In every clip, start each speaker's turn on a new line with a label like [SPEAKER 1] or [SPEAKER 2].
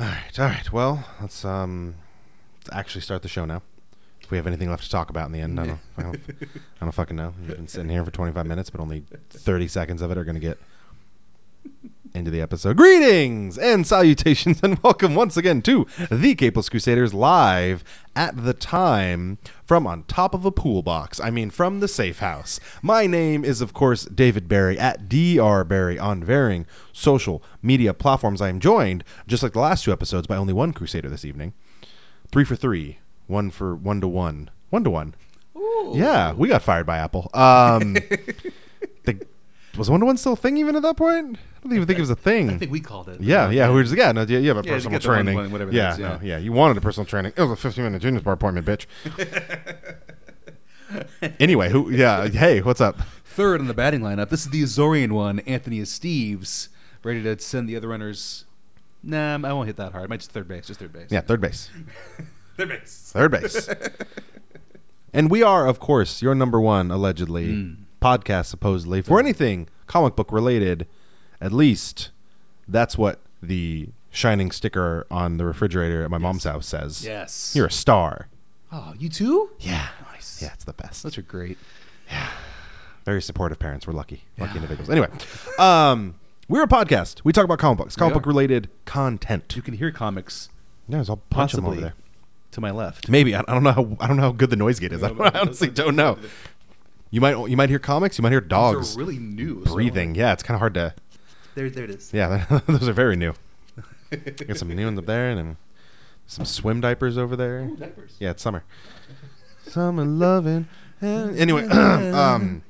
[SPEAKER 1] All right, all right. Well, let's um, let's actually start the show now. If we have anything left to talk about in the end, I don't, I don't, I don't fucking know. We've been sitting here for 25 minutes, but only 30 seconds of it are going to get into the episode. Greetings and salutations, and welcome once again to the Capeless Crusaders live at the time from on top of a pool box. I mean, from the safe house. My name is, of course, David Barry at Dr. Barry on varying social media platforms. I am joined, just like the last two episodes, by only one Crusader this evening. Three for three, one for one to one, one to one. Yeah, we got fired by Apple. Um, the, was one to one still a thing even at that point? I don't even think it was a thing.
[SPEAKER 2] I think we called it. Uh,
[SPEAKER 1] Yeah, yeah. We were just yeah. No, you you have a
[SPEAKER 2] Yeah, you
[SPEAKER 1] personal
[SPEAKER 2] get the one-
[SPEAKER 1] training.
[SPEAKER 2] one- whatever
[SPEAKER 1] yeah,
[SPEAKER 2] that's, yeah.
[SPEAKER 1] no, yeah. You wanted a personal training. It was a fifteen minute junior bar appointment, bitch. anyway, who? Yeah. Hey, what's up?
[SPEAKER 2] Third in the batting lineup. This is the Azorian one. Anthony is Steve's ready to send the other runners. Nah, I won't hit that hard. Might just third base. Just third base.
[SPEAKER 1] Yeah, third base.
[SPEAKER 2] third base.
[SPEAKER 1] Third base. and we are, of course, your number one allegedly podcast, supposedly for anything comic book related. At least that's what the shining sticker on the refrigerator at my mom's house says.
[SPEAKER 2] Yes.
[SPEAKER 1] You're a star.
[SPEAKER 2] Oh, you too?
[SPEAKER 1] Yeah.
[SPEAKER 2] Nice.
[SPEAKER 1] Yeah, it's the best.
[SPEAKER 2] Those are great.
[SPEAKER 1] very supportive parents. We're lucky, lucky individuals. Anyway, um, we're a podcast. We talk about comic books, comic
[SPEAKER 2] are.
[SPEAKER 1] book related content.
[SPEAKER 2] You can hear comics
[SPEAKER 1] Yeah, there's a bunch of them over
[SPEAKER 2] possibly
[SPEAKER 1] there.
[SPEAKER 2] to my left.
[SPEAKER 1] Maybe I, I don't know how I don't know how good the noise gate is. I, don't- I honestly don't know. You might you might hear comics. You might hear dogs
[SPEAKER 2] Those are really new. so-
[SPEAKER 1] breathing. Yeah, it's kind of hard to.
[SPEAKER 2] There, there it is.
[SPEAKER 1] Yeah, those are very new. Got some new ones up there, and then some swim diapers over there.
[SPEAKER 2] Diapers.
[SPEAKER 1] Yeah, it's summer. summer loving. Anyway, um,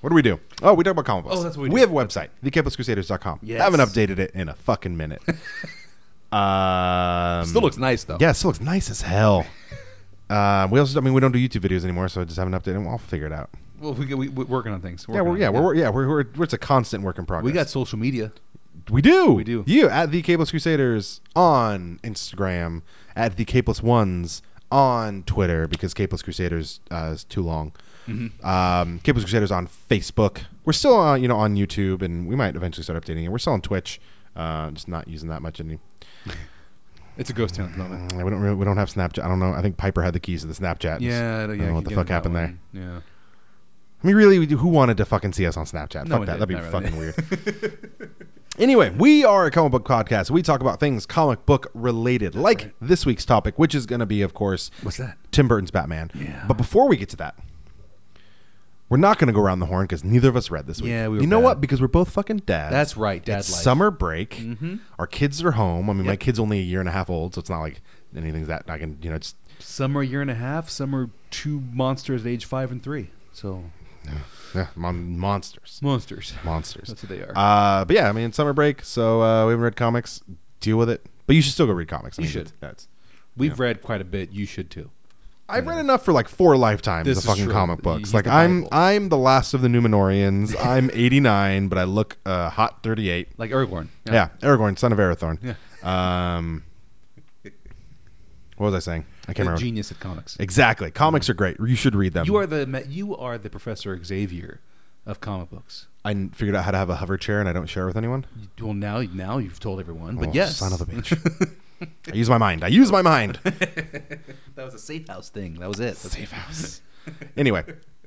[SPEAKER 1] what do we do? Oh, we talk about comic books.
[SPEAKER 2] Oh, that's what we do.
[SPEAKER 1] have a website, thecampuscrusaders.com.
[SPEAKER 2] Yes.
[SPEAKER 1] Haven't updated it in a fucking minute. um,
[SPEAKER 2] Still looks nice though.
[SPEAKER 1] Yeah, it still looks nice as hell. Uh, we also, I mean, we don't do YouTube videos anymore, so I just haven't updated them. I'll figure it out.
[SPEAKER 2] Well, we, we, we're working on things.
[SPEAKER 1] Yeah, we're,
[SPEAKER 2] working
[SPEAKER 1] yeah,
[SPEAKER 2] on it.
[SPEAKER 1] we're, yeah, we're, we're, we're, it's a constant work in progress.
[SPEAKER 2] We got social media.
[SPEAKER 1] We do.
[SPEAKER 2] We do.
[SPEAKER 1] You at the Capeless Crusaders on Instagram, at the Capeless Ones on Twitter because Capeless Crusaders uh, is too long.
[SPEAKER 2] Mm-hmm.
[SPEAKER 1] Um, Capeless Crusaders on Facebook. We're still on, you know, on YouTube, and we might eventually start updating it. We're still on Twitch, uh, just not using that much any.
[SPEAKER 2] It's a ghost town at the moment.
[SPEAKER 1] We don't really, we don't have Snapchat. I don't know. I think Piper had the keys to the Snapchat.
[SPEAKER 2] Yeah,
[SPEAKER 1] I don't
[SPEAKER 2] yeah.
[SPEAKER 1] know what the fuck happened there.
[SPEAKER 2] there? Yeah.
[SPEAKER 1] I mean, really, who wanted to fucking see us on Snapchat? Fuck
[SPEAKER 2] No one
[SPEAKER 1] that. That'd
[SPEAKER 2] did.
[SPEAKER 1] be
[SPEAKER 2] Not really.
[SPEAKER 1] fucking weird. anyway, we are a comic book podcast. We talk about things comic book related, like this week's topic, which is going to be, of course,
[SPEAKER 2] What's that?
[SPEAKER 1] Tim Burton's Batman.
[SPEAKER 2] Yeah.
[SPEAKER 1] But before we get to that, we're not going to go around the horn because neither of us read this week.
[SPEAKER 2] Yeah, we were
[SPEAKER 1] You know
[SPEAKER 2] bad.
[SPEAKER 1] what? Because we're both fucking dads.
[SPEAKER 2] That's right, dad
[SPEAKER 1] It's
[SPEAKER 2] life.
[SPEAKER 1] summer break. Our kids are home. I mean, my kid's only a year and a half old, so it's not like anything's that I can, you know, just
[SPEAKER 2] Some are a year and a half. Some are two monsters at age five and three. So
[SPEAKER 1] yeah, mon- monsters.
[SPEAKER 2] monsters.
[SPEAKER 1] Monsters.
[SPEAKER 2] That's what they are.
[SPEAKER 1] Uh, but yeah, I mean, it's summer break, so uh, we haven't read comics. Deal with it. But you should still go read comics. I
[SPEAKER 2] You
[SPEAKER 1] mean,
[SPEAKER 2] should.
[SPEAKER 1] it's- That's,
[SPEAKER 2] We've read quite a bit. You should too.
[SPEAKER 1] I've read enough for like four lifetimes
[SPEAKER 2] This
[SPEAKER 1] of
[SPEAKER 2] is
[SPEAKER 1] fucking
[SPEAKER 2] true.
[SPEAKER 1] comic
[SPEAKER 2] He-
[SPEAKER 1] books.
[SPEAKER 2] he's
[SPEAKER 1] Like
[SPEAKER 2] the
[SPEAKER 1] I'm,
[SPEAKER 2] Bible.
[SPEAKER 1] I'm the last of the Numenorians. I'm 89, but I look uh, hot 38.
[SPEAKER 2] Like Aragorn.
[SPEAKER 1] Yeah. Aragorn, son of Arathorn. Yeah. Um, what was I saying? I can't
[SPEAKER 2] The
[SPEAKER 1] remember. um,
[SPEAKER 2] genius at comics.
[SPEAKER 1] Exactly. Comics are great. You should read them.
[SPEAKER 2] You are the ma- you are the Professor Xavier of comic books.
[SPEAKER 1] I n- figured out how to have a hover chair, and I don't share with anyone.
[SPEAKER 2] You- Well, now now you've told everyone. But
[SPEAKER 1] Oh,
[SPEAKER 2] yes,
[SPEAKER 1] son of a bitch. I use my mind. I use my mind.
[SPEAKER 2] that was a safe house thing. That was it. safe house.
[SPEAKER 1] Anyway,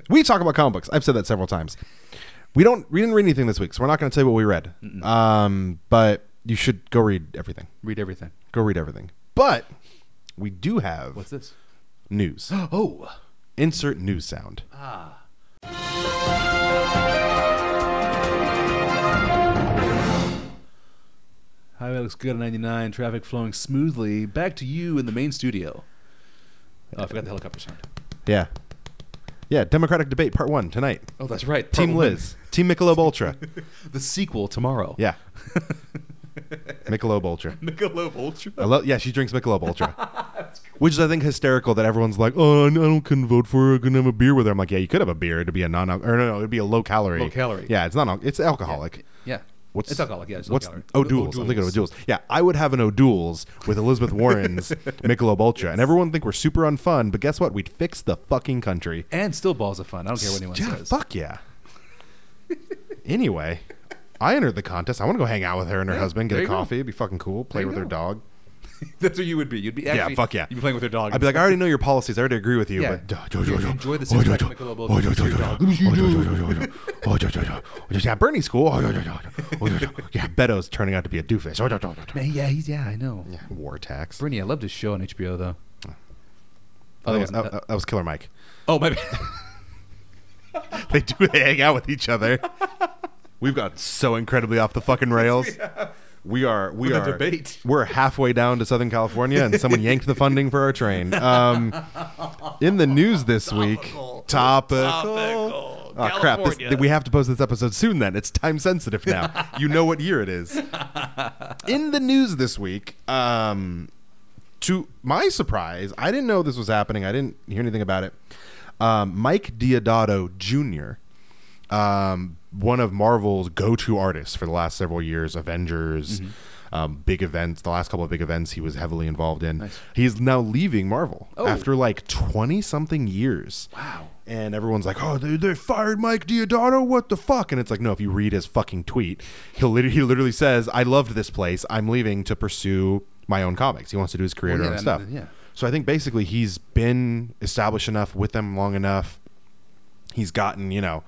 [SPEAKER 1] we talk about comic books. I've said that several times. We don't. We didn't read anything this week, so we're not going to tell you what we read. Um, but you should go read everything.
[SPEAKER 2] Read everything.
[SPEAKER 1] Go read everything. But we do have
[SPEAKER 2] What's this?
[SPEAKER 1] news.
[SPEAKER 2] Oh,
[SPEAKER 1] Insert news sound.
[SPEAKER 2] ah, highway looks good at 99. Traffic flowing smoothly. Back to you in the main studio. Oh, I forgot the helicopter sound.
[SPEAKER 1] Yeah. Yeah, Democratic debate part one tonight.
[SPEAKER 2] Oh, that's right.
[SPEAKER 1] Team
[SPEAKER 2] Part one.
[SPEAKER 1] Liz, Team Michelob Ultra.
[SPEAKER 2] The sequel tomorrow.
[SPEAKER 1] Yeah, Michelob Ultra.
[SPEAKER 2] Michelob Ultra.
[SPEAKER 1] I love. Yeah, she drinks Michelob Ultra, which is I think hysterical that everyone's like, "Oh, I don't couldn't vote for. her. I couldn't have a beer with her." I'm like, "Yeah, you could have a beer. It'd be a non or no, no, it'd be a low calorie.
[SPEAKER 2] Low calorie.
[SPEAKER 1] Yeah, it's not. It's alcoholic.
[SPEAKER 2] Yeah.
[SPEAKER 1] What's
[SPEAKER 2] It's alcoholic, yeah, it's low
[SPEAKER 1] what's
[SPEAKER 2] calorie.
[SPEAKER 1] O'Doul's? I'm thinking of O'Doul's. Yeah, I would have an O'Doul's with Elizabeth Warren's Michelob Ultra, and everyone would think we're super unfun. But guess what? We'd fix the fucking country.
[SPEAKER 2] And still balls of fun. I don't care what anyone
[SPEAKER 1] yeah,
[SPEAKER 2] says.
[SPEAKER 1] fuck yeah. anyway, I entered the contest. I want to go hang out with her and her husband,
[SPEAKER 2] there
[SPEAKER 1] get a
[SPEAKER 2] you go.
[SPEAKER 1] coffee, it'd be fucking cool, play
[SPEAKER 2] you
[SPEAKER 1] with her
[SPEAKER 2] go.
[SPEAKER 1] dog.
[SPEAKER 2] That's what you would be. You'd be actually,
[SPEAKER 1] fuck yeah.
[SPEAKER 2] You'd be playing with your dog.
[SPEAKER 1] I'd be like, I already know your policies. I already agree with you,
[SPEAKER 2] Yeah.
[SPEAKER 1] but
[SPEAKER 2] Yeah, enjoy the six-pack Michelob Ultra with your dog.
[SPEAKER 1] Yeah, Bernie's Oh, cool. Yeah, Beto's turning out to be a doofus.
[SPEAKER 2] Man, yeah, he's, yeah, I know.
[SPEAKER 1] Yeah, War tax.
[SPEAKER 2] Bernie, I loved his show on HBO though. Oh,
[SPEAKER 1] That
[SPEAKER 2] that
[SPEAKER 1] was,
[SPEAKER 2] wasn't-
[SPEAKER 1] that, that was Killer Mike.
[SPEAKER 2] oh my. bad.
[SPEAKER 1] They do hang out with each other. We've got so incredibly off the fucking rails. We are we
[SPEAKER 2] With a
[SPEAKER 1] are
[SPEAKER 2] debate.
[SPEAKER 1] We're halfway down to Southern California, and someone yanked the funding for our train. Um, in the news this week, topical.
[SPEAKER 2] Topical.
[SPEAKER 1] Oh crap! This-
[SPEAKER 2] California.
[SPEAKER 1] we have to post this episode soon. Then it's time sensitive now. you know what year it is. In the news this week, um, to my surprise, I didn't know this was happening. I didn't hear anything about it. Um, Mike Diodato Jr., um, one of Marvel's go-to artists for the last several years, Avengers,
[SPEAKER 2] Mm-hmm.
[SPEAKER 1] um, big events. The last couple of big events he was heavily involved in.
[SPEAKER 2] Nice.
[SPEAKER 1] He's now leaving Marvel
[SPEAKER 2] Oh.
[SPEAKER 1] after like twenty something years
[SPEAKER 2] wow.
[SPEAKER 1] and everyone's like, "Oh, they, they fired Mike Diodato. What the fuck?" And it's like, no. If you read his fucking tweet, he'll lit- he literally says, "I loved this place. I'm leaving to pursue my own comics. He wants to do his creator
[SPEAKER 2] Well, yeah,
[SPEAKER 1] own
[SPEAKER 2] that-
[SPEAKER 1] stuff."
[SPEAKER 2] yeah.
[SPEAKER 1] So I think basically he's been established enough with them long enough. He's gotten, you know,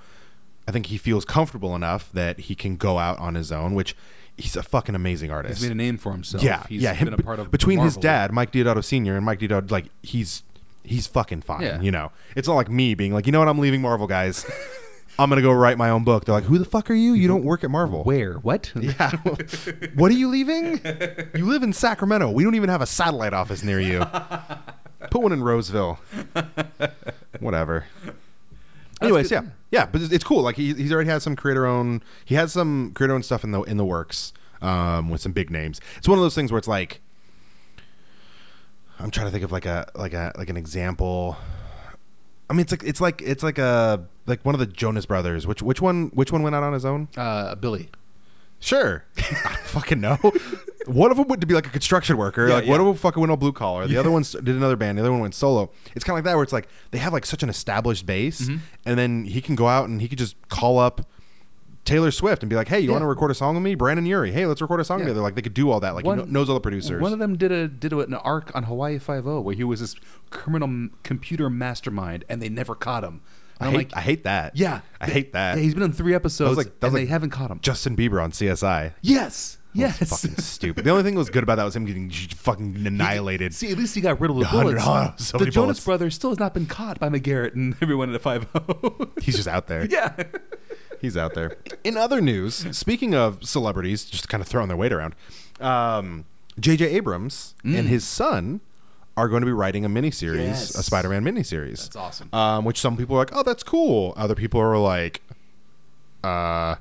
[SPEAKER 1] I think he feels comfortable enough that he can go out on his own, which he's a fucking amazing artist.
[SPEAKER 2] He's made a name for himself.
[SPEAKER 1] yeah,
[SPEAKER 2] He's
[SPEAKER 1] yeah. Him,
[SPEAKER 2] been a part of
[SPEAKER 1] between his
[SPEAKER 2] Marvel.
[SPEAKER 1] dad, Mike Diodato Senior, and Mike Diodato, like he's he's fucking fine.
[SPEAKER 2] Yeah.
[SPEAKER 1] You know, it's not like me being like, you know what, I'm leaving Marvel, guys. I'm gonna go write my own book. They're like, who the fuck are you?
[SPEAKER 2] Mm-hmm.
[SPEAKER 1] You don't work at Marvel.
[SPEAKER 2] Where? What?
[SPEAKER 1] Yeah. what are you leaving? You live in Sacramento. We don't even have a satellite office near you. Put one in Roseville. Whatever. Anyways, yeah,
[SPEAKER 2] good.
[SPEAKER 1] yeah, but it's, it's cool. Like he, he's already had some creator own. He has some creator own stuff in the in the works um, with some big names. It's one of those things where it's like I'm trying to think of like a like a like an example. I mean, it's like it's like it's like a like one of the Jonas Brothers. Which which one which one went out on his own?
[SPEAKER 2] Uh, Billy.
[SPEAKER 1] Sure. I don't fucking know. One of them went to be like a construction worker.
[SPEAKER 2] Yeah,
[SPEAKER 1] like one of
[SPEAKER 2] yeah.
[SPEAKER 1] them fucking went all blue collar. The other one s- did another band. The other one went solo. It's kind of like that where it's like they have like such an established base,
[SPEAKER 2] Mm-hmm.
[SPEAKER 1] and then he can go out and he could just call up Taylor Swift and be like, "Hey, you
[SPEAKER 2] Yeah.
[SPEAKER 1] want to record a song with me, Brandon Urie? Hey, let's record a song
[SPEAKER 2] Yeah.
[SPEAKER 1] together." Like they could do all that. Like
[SPEAKER 2] One-
[SPEAKER 1] he kno- knows all the producers.
[SPEAKER 2] One of them did a did a, an arc on Hawaii Five O where he was this criminal m- computer mastermind, and they never caught him.
[SPEAKER 1] I
[SPEAKER 2] And I'm
[SPEAKER 1] hate,
[SPEAKER 2] like,
[SPEAKER 1] I hate that.
[SPEAKER 2] yeah,
[SPEAKER 1] I hate that.
[SPEAKER 2] Yeah, he's been on three episodes,
[SPEAKER 1] like- that was
[SPEAKER 2] and
[SPEAKER 1] like-
[SPEAKER 2] they haven't caught him.
[SPEAKER 1] Justin Bieber on CSI.
[SPEAKER 2] yes, yes.
[SPEAKER 1] Fucking stupid. The only thing that was good about that was him getting j- fucking annihilated.
[SPEAKER 2] See, at least he got rid of the
[SPEAKER 1] hundred-
[SPEAKER 2] bullets.
[SPEAKER 1] oh, so
[SPEAKER 2] the
[SPEAKER 1] many
[SPEAKER 2] Jonas
[SPEAKER 1] bullets.
[SPEAKER 2] Brothers still has not been caught by McGarrett and everyone at Five O.
[SPEAKER 1] He's just out there.
[SPEAKER 2] yeah.
[SPEAKER 1] He's out there. In other news, speaking of celebrities, just kind of throwing their weight around, um, J.J. Abrams and his son are going to be writing a miniseries,
[SPEAKER 2] Mm. Yes.
[SPEAKER 1] a Spider-Man miniseries.
[SPEAKER 2] That's awesome.
[SPEAKER 1] Um, which some people are like, "Oh, that's cool." Other people are like, uh,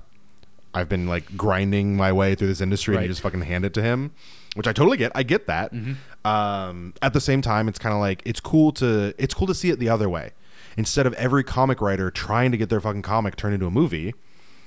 [SPEAKER 1] "I've been like grinding my way through this industry, and you
[SPEAKER 2] Right.
[SPEAKER 1] just fucking hand it to him," which I totally get. I get that. Um, at the same time, it's kind of like it's cool to it's cool to see it the other way. Instead of every comic writer trying to get their fucking comic turned into a movie,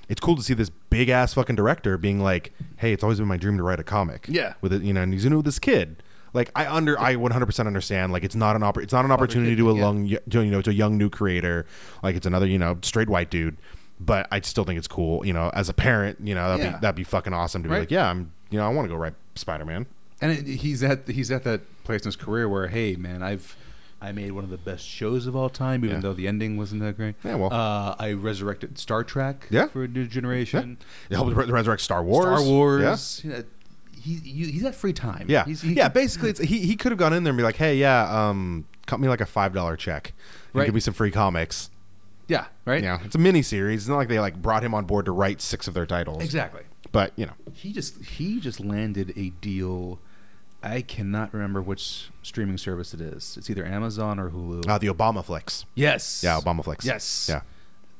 [SPEAKER 1] it's cool to see this big ass fucking director being like, "Hey, it's always been my dream to write a comic."
[SPEAKER 2] Yeah.
[SPEAKER 1] with it, you know, and he's doing it with this kid. Like I under I 100% understand. Like it's not an oppor- it's not an opportunity to a
[SPEAKER 2] yeah.
[SPEAKER 1] young to, you know to a young new creator. Like it's another you know straight white dude. But I still think it's cool. You know, as a parent, you know that'd
[SPEAKER 2] Yeah.
[SPEAKER 1] be that'd be fucking awesome to be
[SPEAKER 2] Right.
[SPEAKER 1] like, yeah, I'm you know I want to go write Spider Man.
[SPEAKER 2] And it, he's at he's at that place in his career where, hey, man, I've I made one of the best shows of all time, even
[SPEAKER 1] Yeah.
[SPEAKER 2] though the ending wasn't that great.
[SPEAKER 1] Yeah, well.
[SPEAKER 2] uh, I resurrected Star Trek
[SPEAKER 1] Yeah.
[SPEAKER 2] for a new generation.
[SPEAKER 1] It helped re- resurrect Star Wars.
[SPEAKER 2] Star
[SPEAKER 1] Yeah.
[SPEAKER 2] Wars. Yeah. He, you, he's at free time.
[SPEAKER 1] Yeah,
[SPEAKER 2] He's, he
[SPEAKER 1] yeah.
[SPEAKER 2] can-
[SPEAKER 1] Basically, it's, he he could have gone in there and be like, "Hey, yeah, um, cut me like a five dollar check, and
[SPEAKER 2] Right.
[SPEAKER 1] give me some free comics."
[SPEAKER 2] yeah. Right.
[SPEAKER 1] Yeah, it's a mini series. It's not like they like brought him on board to write six of their titles.
[SPEAKER 2] Exactly.
[SPEAKER 1] But you know,
[SPEAKER 2] He just he just landed a deal I cannot remember which streaming service it is. It's either Amazon or Hulu.
[SPEAKER 1] Uh, the Obama flicks.
[SPEAKER 2] yes.
[SPEAKER 1] Yeah, Obama flicks.
[SPEAKER 2] Yes.
[SPEAKER 1] Yeah.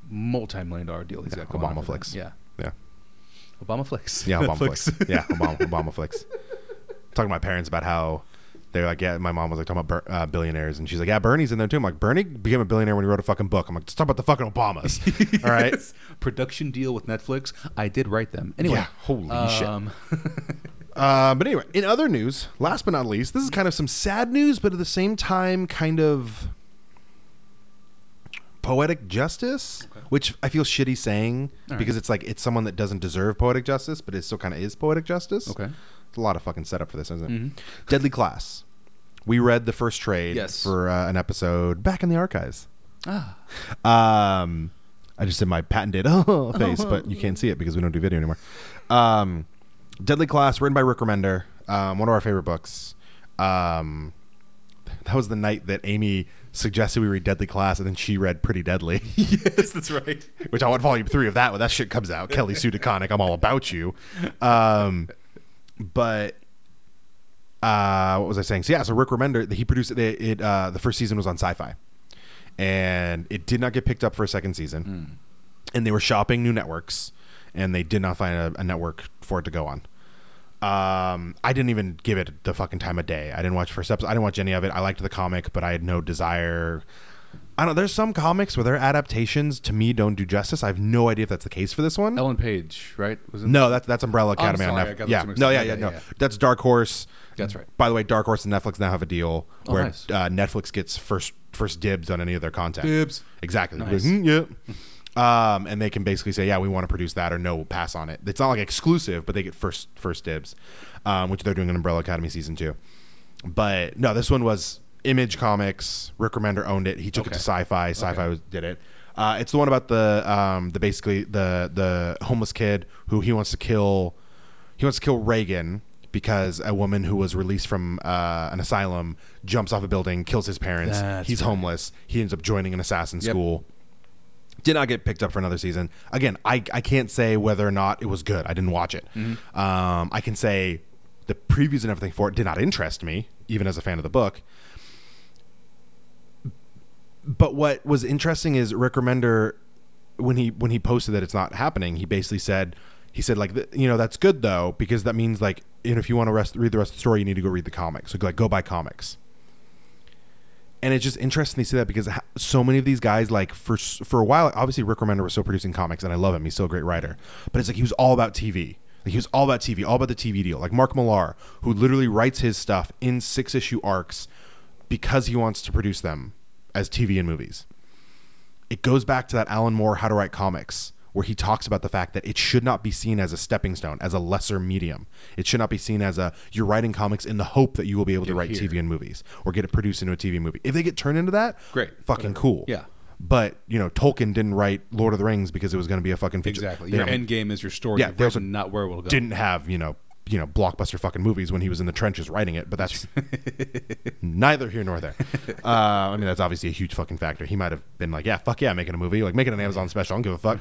[SPEAKER 2] Multi-million dollar deal he's
[SPEAKER 1] Yeah,
[SPEAKER 2] got going on
[SPEAKER 1] Obama
[SPEAKER 2] for them.
[SPEAKER 1] flicks.
[SPEAKER 2] Yeah.
[SPEAKER 1] Yeah.
[SPEAKER 2] Obama flicks.
[SPEAKER 1] Yeah, Obama
[SPEAKER 2] Netflix.
[SPEAKER 1] flicks. Yeah, Obama, Obama flicks. Talking to my parents about how they're like, yeah, my mom was like talking about Ber- uh, billionaires, and she's like, yeah, Bernie's in there too. I'm like, Bernie became a billionaire when he wrote a fucking book. I'm like, just talk about the fucking Obamas. All right.
[SPEAKER 2] Yes. Production deal with Netflix. I did write them. Anyway.
[SPEAKER 1] Yeah,
[SPEAKER 2] um,
[SPEAKER 1] holy shit.
[SPEAKER 2] shit.
[SPEAKER 1] Uh, but anyway, in other news, last but not least, this is kind of some sad news, but at the same time, kind of poetic justice, which I feel shitty saying
[SPEAKER 2] All right.
[SPEAKER 1] because it's like it's someone that doesn't deserve poetic justice, but it still kind of is poetic justice.
[SPEAKER 2] Okay.
[SPEAKER 1] It's a lot of fucking setup for this, isn't it?
[SPEAKER 2] Mhm.
[SPEAKER 1] Deadly Class. We read the first trade
[SPEAKER 2] Yes.
[SPEAKER 1] for uh, an episode back in the archives.
[SPEAKER 2] Ah.
[SPEAKER 1] Um, I just did my patented oh face, but you can't see it because we don't do video anymore. Um, Deadly Class, written by Rick Remender, um, one of our favorite books. Um, that was the night that Amy suggested we read Deadly Class, and then she read Pretty Deadly,
[SPEAKER 2] yes, that's right.
[SPEAKER 1] which I want volume three of that when that shit comes out. Kelly Sue DeConnick, I'm all about you. Um, but uh, what was I saying? So yeah, so Rick Remender, he produced it. it uh, the first season was on Sci-Fi, and it did not get picked up for a second season and they were shopping new networks and they did not find a, a network for it to go on um i didn't even give it the fucking time of day i didn't watch first episode i didn't watch any of it i liked the comic but i had no desire i don't know there's some comics where their adaptations to me don't do justice i have no idea if that's the case for this one
[SPEAKER 2] Ellen Page, right? Was it?
[SPEAKER 1] no that's that's umbrella
[SPEAKER 2] I'm
[SPEAKER 1] academy
[SPEAKER 2] sorry, I
[SPEAKER 1] on
[SPEAKER 2] got
[SPEAKER 1] netflix
[SPEAKER 2] those
[SPEAKER 1] yeah
[SPEAKER 2] two mixed
[SPEAKER 1] no
[SPEAKER 2] up.
[SPEAKER 1] yeah
[SPEAKER 2] Yeah,
[SPEAKER 1] yeah
[SPEAKER 2] yeah,
[SPEAKER 1] no
[SPEAKER 2] yeah.
[SPEAKER 1] that's dark horse
[SPEAKER 2] That's right.
[SPEAKER 1] by the way dark horse and netflix now have a deal
[SPEAKER 2] Oh,
[SPEAKER 1] where
[SPEAKER 2] nice.
[SPEAKER 1] uh, netflix gets first first dibs on any of their content
[SPEAKER 2] Dibs.
[SPEAKER 1] Exactly.
[SPEAKER 2] Nice.
[SPEAKER 1] Mhm, yeah. Um, and they can basically say, yeah, we want to produce that, or no, we'll pass on it. It's not like exclusive, but they get first first dibs, um, which they're doing in Umbrella Academy season two. But no, this one was Image Comics. Rick Remender owned it. He took it to
[SPEAKER 2] Okay.
[SPEAKER 1] Sci-Fi. Sci-Fi was, did it. Uh, it's the one about the um, the basically the the homeless kid who he wants to kill. He wants to kill Reagan because a woman who was released from uh, an asylum jumps off a building, kills his parents.
[SPEAKER 2] That's
[SPEAKER 1] He's
[SPEAKER 2] right.
[SPEAKER 1] homeless. He ends up joining an assassin
[SPEAKER 2] Yep.
[SPEAKER 1] school. Did not get picked up for another season. Again, I, I can't say whether or not it was good. I didn't watch it. Um, I can say the previews and everything for it did not interest me, even as a fan of the book. But what was interesting is Rick Remender, when he when he posted that it's not happening, he basically said he said like th- you know that's good though because that means like you know if you want to rest, read the rest of the story you need to go read the comics so like go buy comics and it's just interesting to see that because ha- so many of these guys like for s- for a while obviously Rick Remender was still producing comics and I love him he's still a great writer but it's like he was all about TV like he was all about TV all about the TV deal like Mark Millar who literally writes his stuff in six issue arcs because he wants to produce them as TV and movies it goes back to that Alan Moore How to Write Comics, where he talks about the fact that it should not be seen as a stepping stone, as a lesser medium. It should not be seen as a you're writing comics in the hope that you will be able to write
[SPEAKER 2] here.
[SPEAKER 1] TV and movies or get it produced into a TV movie. If they get turned into that,
[SPEAKER 2] Great.
[SPEAKER 1] fucking cool.
[SPEAKER 2] Yeah.
[SPEAKER 1] But you know, Tolkien didn't write Lord of the Rings because it was going to be a fucking feature.
[SPEAKER 2] Exactly.
[SPEAKER 1] You
[SPEAKER 2] Your
[SPEAKER 1] know,
[SPEAKER 2] end game is your story.
[SPEAKER 1] Yeah,
[SPEAKER 2] You've
[SPEAKER 1] they also
[SPEAKER 2] written not where we'll go.
[SPEAKER 1] didn't have you know you know blockbuster fucking movies when he was in the trenches writing it but that's neither here nor there uh, i mean that's obviously a huge fucking factor he might have been like yeah fuck yeah making a movie like making an amazon special i don't give a fuck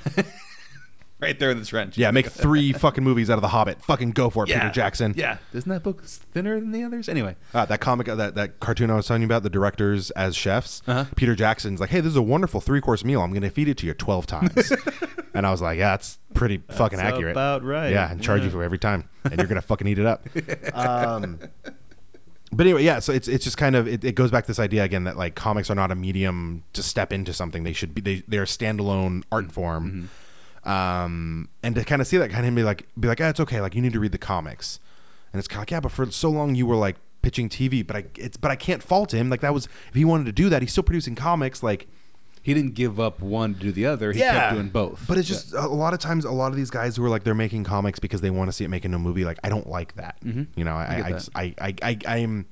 [SPEAKER 2] right there in the trench.
[SPEAKER 1] yeah make three fucking movies out of the hobbit fucking go for it
[SPEAKER 2] Yeah.
[SPEAKER 1] peter jackson
[SPEAKER 2] Yeah. Isn't that book thinner than the others? Anyway.
[SPEAKER 1] Uh, that comic, that, that cartoon I was telling you about, the directors as chefs,
[SPEAKER 2] Uh-huh.
[SPEAKER 1] Peter Jackson's like, hey, this is a wonderful three course meal. I'm going to feed it to you 12 times. and I was like, yeah, that's pretty fucking
[SPEAKER 2] That's
[SPEAKER 1] accurate.
[SPEAKER 2] about right.
[SPEAKER 1] Yeah, and charge you
[SPEAKER 2] Yeah.
[SPEAKER 1] for every time. And you're going to fucking eat it up. Um, but anyway, yeah, so it's, it's just kind of, it, it goes back to this idea again that like comics are not a medium to step into something. They should be, they, they're a standalone
[SPEAKER 2] Mm-hmm.
[SPEAKER 1] art form um, and to kind of see that kind of be like be like ah, it's okay like you need to read the comics and it's kind of like yeah but for so long you were like pitching tv but i it's but i can't fault him like that was if he wanted to do that he's still producing comics like
[SPEAKER 2] He didn't give up one to do the other. He kept doing both.
[SPEAKER 1] but it's just a lot of times a lot of these guys who are like they're making comics because they want to see it making a movie like i don't like that you know
[SPEAKER 2] Mm-hmm. I
[SPEAKER 1] i
[SPEAKER 2] get
[SPEAKER 1] I,
[SPEAKER 2] that.
[SPEAKER 1] just, I i i i'm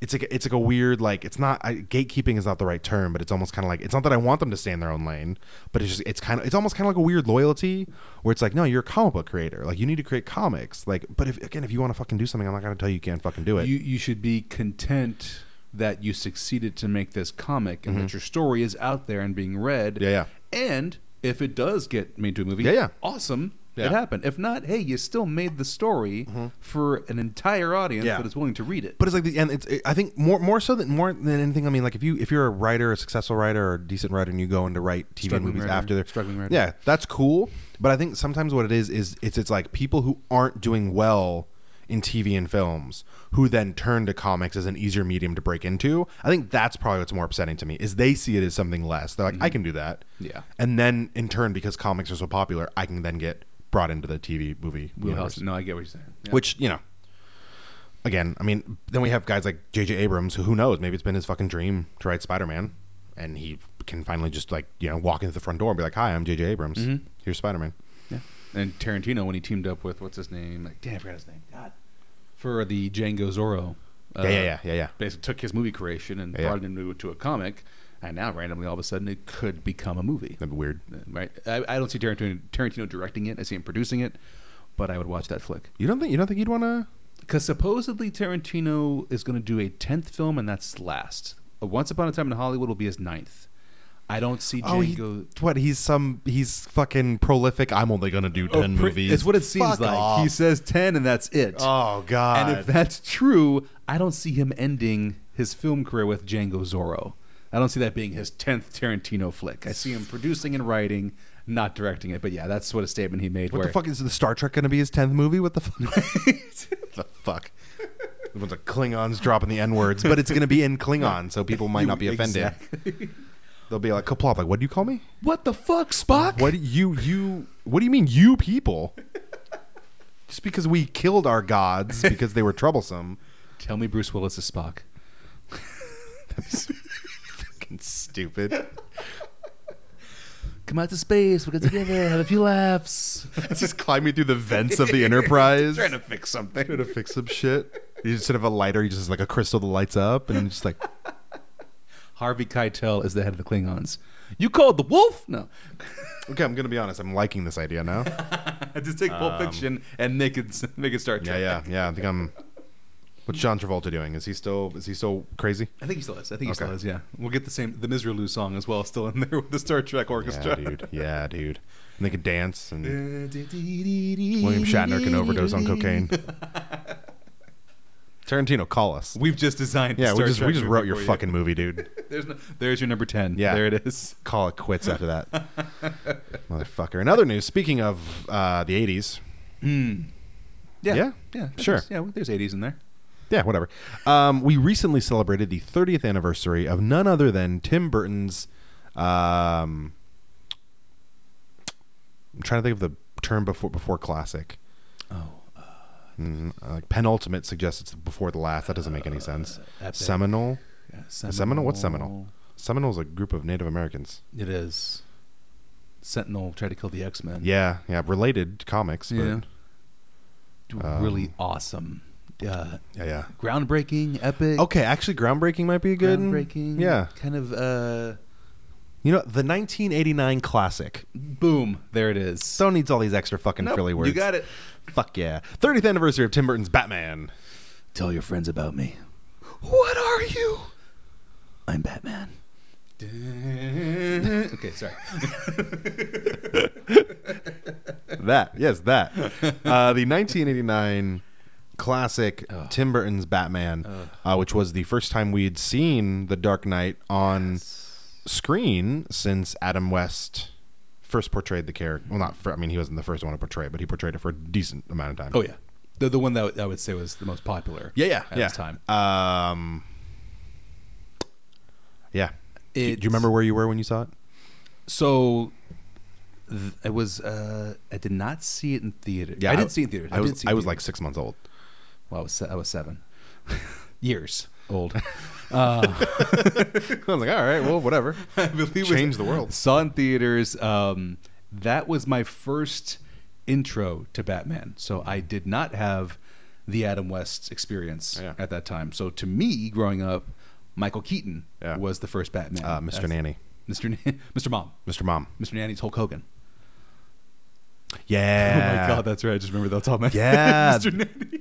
[SPEAKER 1] it's like it's like a weird like it's not I, gatekeeping is not the right term but it's almost kind of like it's not that I want them to stay in their own lane but it's just it's kind of it's almost kind of like a weird loyalty where it's like no you're a comic book creator like you need to create comics like but if again if you want to fucking do something I'm not gonna tell you you can't fucking do it
[SPEAKER 2] you you should be content that you succeeded to make this comic and that your story is out there and being read.
[SPEAKER 1] Mm-hmm. Yeah, yeah.
[SPEAKER 2] And if it does get made to a movie,
[SPEAKER 1] Yeah, yeah.
[SPEAKER 2] awesome.
[SPEAKER 1] Yeah. Mm-hmm.
[SPEAKER 2] It happened. If not, hey, you still made the story for an entire audience
[SPEAKER 1] Yeah.
[SPEAKER 2] that is willing to read it.
[SPEAKER 1] But it's like the and it's it, I think more more so than more than anything. I mean, like if you if you're a writer, a successful writer, or a decent writer, and you go into write TV
[SPEAKER 2] Struggling
[SPEAKER 1] movies
[SPEAKER 2] writer,
[SPEAKER 1] after they're
[SPEAKER 2] struggling writer.
[SPEAKER 1] yeah, that's cool. But I think sometimes what it is is it's it's like people who aren't doing well in TV and films who then turn to comics as an easier medium to break into. I think that's probably what's more upsetting to me is they see it as something less. They're like, I can do that.
[SPEAKER 2] Mm-hmm. Yeah.
[SPEAKER 1] and then in turn, because comics are so popular, I can then get brought into the TV movie universe
[SPEAKER 2] Wheelhouse. No, I get what you're saying. Yeah.
[SPEAKER 1] which you know again i mean then we have guys like jj abrams who who knows maybe it's been his fucking dream to write spider-man and he can finally just like you know walk into the front door and be like hi i'm jj abrams here's spider-man
[SPEAKER 2] Yeah. And Tarantino, when he teamed up with what's his name? Like, damn, I forgot his name. God. For the Django Zorro. Uh,
[SPEAKER 1] yeah yeah yeah yeah yeah
[SPEAKER 2] Basically took his movie creation and
[SPEAKER 1] Yeah.
[SPEAKER 2] brought it into to a comic, and now randomly all of a sudden it could become a movie.
[SPEAKER 1] that'd be weird
[SPEAKER 2] Right? I, I don't see Tarantino, Tarantino directing it. I see him producing it, but I would watch that flick.
[SPEAKER 1] you don't think you don't think you'd want to
[SPEAKER 2] Because supposedly Tarantino is going to do a tenth film, and that's last. Uh, Once Upon a Time in Hollywood will be his ninth. I don't see
[SPEAKER 1] oh he,
[SPEAKER 2] Django.
[SPEAKER 1] what he's some he's fucking prolific i'm only gonna do 10
[SPEAKER 2] Oh, pre-
[SPEAKER 1] movies
[SPEAKER 2] It's what it seems
[SPEAKER 1] Fuck
[SPEAKER 2] like.
[SPEAKER 1] off.
[SPEAKER 2] He says ten, and that's it.
[SPEAKER 1] oh god
[SPEAKER 2] And if that's true, I don't see him ending his film career with Django Zorro. I don't see that being his 10th Tarantino flick. I see him producing and writing, not directing it. But yeah, that's what a statement he made.
[SPEAKER 1] what
[SPEAKER 2] where
[SPEAKER 1] the fuck is the star trek gonna be his 10th movie what the fuck the fuck Everyone's like Klingons dropping the N words, but it's going to be in Klingon, so people might not be offended. They'll be like Kaplov, like, what do you call me?
[SPEAKER 2] What the fuck, Spock?
[SPEAKER 1] What do you you what do you mean you people? Just because we killed our gods because they were troublesome.
[SPEAKER 2] Tell me Bruce Willis is Spock.
[SPEAKER 1] Fucking stupid.
[SPEAKER 2] Come out to space. We'll get together. Have a few laughs.
[SPEAKER 1] Just climbing through the vents of the Enterprise.
[SPEAKER 2] Trying to fix something.
[SPEAKER 1] Trying to fix some shit. You instead of a lighter, you just like a crystal that lights up and just like
[SPEAKER 2] Harvey Keitel is the head of the Klingons. You called the wolf? No.
[SPEAKER 1] Okay, I'm gonna be honest, I'm liking this idea now.
[SPEAKER 2] Just take Pulp Fiction and make it, make it Star Trek.
[SPEAKER 1] Yeah, yeah, yeah. I think I'm what's John Travolta doing? Is he still is he still crazy?
[SPEAKER 2] I think he still is. I think he
[SPEAKER 1] Okay.
[SPEAKER 2] still is. Yeah, we'll get the same the Miserlou song as well, still in there with the Star Trek
[SPEAKER 1] Yeah,
[SPEAKER 2] orchestra.
[SPEAKER 1] dude. Yeah, dude. And they could dance and William
[SPEAKER 2] William
[SPEAKER 1] Shatner can overdose on cocaine. Tarantino, call us.
[SPEAKER 2] We've just designed. the
[SPEAKER 1] Yeah, we
[SPEAKER 2] Star
[SPEAKER 1] just we
[SPEAKER 2] Trek
[SPEAKER 1] just
[SPEAKER 2] movie
[SPEAKER 1] wrote your
[SPEAKER 2] for you.
[SPEAKER 1] fucking movie, dude.
[SPEAKER 2] There's, no, there's your number ten.
[SPEAKER 1] Yeah.
[SPEAKER 2] there it is.
[SPEAKER 1] Call it quits after that, motherfucker. In other news, speaking of uh, the '80s,
[SPEAKER 2] Yeah,
[SPEAKER 1] Yeah?
[SPEAKER 2] yeah, there's-
[SPEAKER 1] Sure.
[SPEAKER 2] Yeah, well, there's 80s in there.
[SPEAKER 1] yeah, whatever. Um, we recently celebrated the 30th anniversary of none other than Tim Burton's. Um, I'm trying to think of the term before before classic.
[SPEAKER 2] Oh,
[SPEAKER 1] Mm, like penultimate suggests it's before the last. That doesn't make any sense.
[SPEAKER 2] epic.
[SPEAKER 1] Seminole.
[SPEAKER 2] yeah,
[SPEAKER 1] Seminole. Seminole? What's Seminole? Seminole is a group of Native Americans.
[SPEAKER 2] It is. Sentinel tried to kill the X Men.
[SPEAKER 1] Yeah, yeah, related to comics. But
[SPEAKER 2] yeah.
[SPEAKER 1] yeah, Um,
[SPEAKER 2] really awesome. Yeah,
[SPEAKER 1] yeah, yeah.
[SPEAKER 2] groundbreaking, epic.
[SPEAKER 1] Okay, actually, groundbreaking might be Oh, good.
[SPEAKER 2] groundbreaking.
[SPEAKER 1] Yeah,
[SPEAKER 2] kind of. uh
[SPEAKER 1] you know the 1989 classic.
[SPEAKER 2] Boom! There it is.
[SPEAKER 1] So needs all these extra fucking
[SPEAKER 2] Nope,
[SPEAKER 1] frilly words.
[SPEAKER 2] You got it.
[SPEAKER 1] Fuck yeah. 30th anniversary of Tim Burton's Batman.
[SPEAKER 2] Tell your friends about me. What are you? I'm Batman. okay, sorry.
[SPEAKER 1] That yes, that. Uh, the 1989 classic Tim Burton's Batman, uh, which was the first time we'd seen The Dark Knight on screen since Adam West first portrayed the character. Well, not for, I mean, he wasn't the first one to portray, it, but he portrayed it for a decent amount of time.
[SPEAKER 2] Oh yeah, the the one that I would say was the most popular.
[SPEAKER 1] yeah, yeah,
[SPEAKER 2] At
[SPEAKER 1] yeah.
[SPEAKER 2] this time,
[SPEAKER 1] Um, yeah. Do- do
[SPEAKER 2] It's-
[SPEAKER 1] you remember where you were when you saw it?
[SPEAKER 2] so th- it was. Uh, I did not see it in theater. I didn't see it in theaters. I,
[SPEAKER 1] I was,
[SPEAKER 2] did see. it
[SPEAKER 1] I
[SPEAKER 2] in
[SPEAKER 1] was
[SPEAKER 2] theaters.
[SPEAKER 1] like six months old.
[SPEAKER 2] well, I was se- I was seven years old. Uh,
[SPEAKER 1] I was like, all right, well, whatever.
[SPEAKER 2] I believe it
[SPEAKER 1] Changed the world.
[SPEAKER 2] Saw in theaters. Um, that was my first intro to Batman, so I did not have the Adam West experience
[SPEAKER 1] Yeah.
[SPEAKER 2] at that time. So to me, growing up, Michael Keaton
[SPEAKER 1] Yeah.
[SPEAKER 2] was the first Batman.
[SPEAKER 1] Uh, Mr.
[SPEAKER 2] That's-
[SPEAKER 1] Nanny,
[SPEAKER 2] Mr. Nan- Mr. Mom,
[SPEAKER 1] Mr. Mom.
[SPEAKER 2] Mr. Nanny's Hulk Hogan.
[SPEAKER 1] Yeah.
[SPEAKER 2] Oh my God, that's right. I just remember that's all my
[SPEAKER 1] Yeah.
[SPEAKER 2] Mr. Nanny.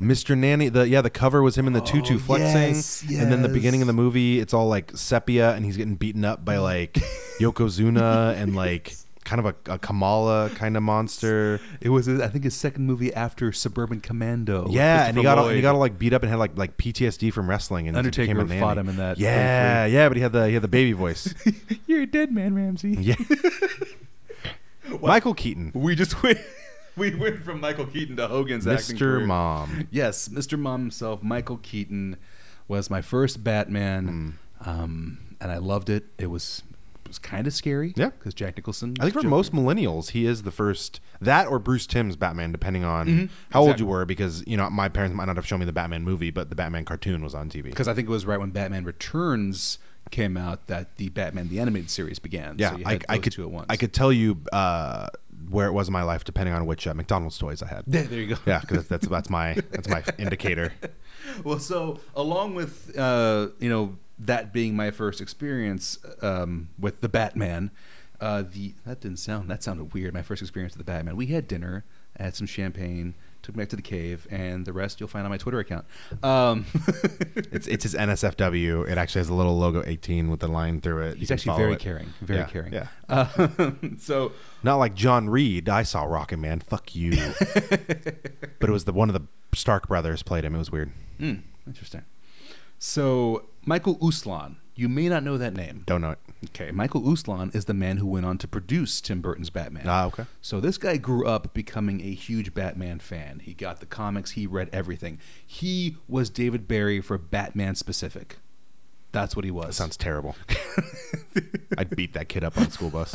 [SPEAKER 1] Mr. Nanny, the yeah, the cover was him in the tutu
[SPEAKER 2] Oh,
[SPEAKER 1] flexing,
[SPEAKER 2] yes,
[SPEAKER 1] and then the beginning
[SPEAKER 2] yes.
[SPEAKER 1] of the movie, it's all like sepia, and he's getting beaten up by like Yokozuna and like kind of a, a Kamala kind of monster.
[SPEAKER 2] It was, I think, his second movie after Suburban Commando. Oh, with
[SPEAKER 1] Yeah, and he got all,
[SPEAKER 2] Christopher
[SPEAKER 1] he got all,
[SPEAKER 2] Lloyd.
[SPEAKER 1] like beat up and had like like PTSD from wrestling and
[SPEAKER 2] Undertaker
[SPEAKER 1] became a
[SPEAKER 2] fought
[SPEAKER 1] nanny.
[SPEAKER 2] him in that
[SPEAKER 1] Yeah, yeah, but he had the he had the baby voice.
[SPEAKER 2] You're a dead man, Ramsey.
[SPEAKER 1] yeah. Michael Keaton,
[SPEAKER 2] We just went, we went from Michael Keaton to Hogan's acting
[SPEAKER 1] Mr.
[SPEAKER 2] career.
[SPEAKER 1] Mom.
[SPEAKER 2] Yes, Mr. Mom himself, Michael Keaton, was my first Batman,
[SPEAKER 1] Hmm.
[SPEAKER 2] um, and I loved it. It was it was kind of scary.
[SPEAKER 1] Yeah.
[SPEAKER 2] because Jack Nicholson.
[SPEAKER 1] I think for
[SPEAKER 2] Joker.
[SPEAKER 1] most millennials, he is the first that or Bruce Timm's Batman, depending on
[SPEAKER 2] Mm-hmm.
[SPEAKER 1] how old you were, because you know my parents might not have shown me the Batman movie, but the Batman cartoon was on TV.
[SPEAKER 2] because I think it was right when Batman Returns came out that the Batman the animated series began.
[SPEAKER 1] Yeah,
[SPEAKER 2] so you
[SPEAKER 1] I,
[SPEAKER 2] had
[SPEAKER 1] I
[SPEAKER 2] those
[SPEAKER 1] could
[SPEAKER 2] two at once.
[SPEAKER 1] I could tell you uh, where it was in my life depending on which uh, McDonald's toys I had.
[SPEAKER 2] There, there you go.
[SPEAKER 1] yeah, because that's that's my that's my indicator.
[SPEAKER 2] Well, so along with uh, you know that being my first experience um, with the Batman, uh, the that didn't sound that sounded weird. My first experience with the Batman. We had dinner, I had some champagne, took me back to the cave, and the rest you'll find on my Twitter account. Um,
[SPEAKER 1] It's it's his NSFW. It actually has a little logo 18 with a line through it. You
[SPEAKER 2] he's
[SPEAKER 1] can
[SPEAKER 2] actually
[SPEAKER 1] follow
[SPEAKER 2] very
[SPEAKER 1] it.
[SPEAKER 2] caring, very
[SPEAKER 1] Yeah,
[SPEAKER 2] caring.
[SPEAKER 1] Yeah,
[SPEAKER 2] Uh, so
[SPEAKER 1] not like John Reed. I saw Rocket Man. Fuck you. but it was the one of the Stark brothers played him. It was weird.
[SPEAKER 2] mm, interesting. So Michael Uslan, you may not know that name.
[SPEAKER 1] Don't know it.
[SPEAKER 2] Okay, Michael Uslan is the man who went on to produce Tim Burton's Batman.
[SPEAKER 1] Ah, okay.
[SPEAKER 2] So this guy grew up becoming a huge Batman fan. He got the comics, he read everything. He was David Barry for Batman specific. That's what he was.
[SPEAKER 1] That sounds terrible. I'd beat that kid up on the school bus.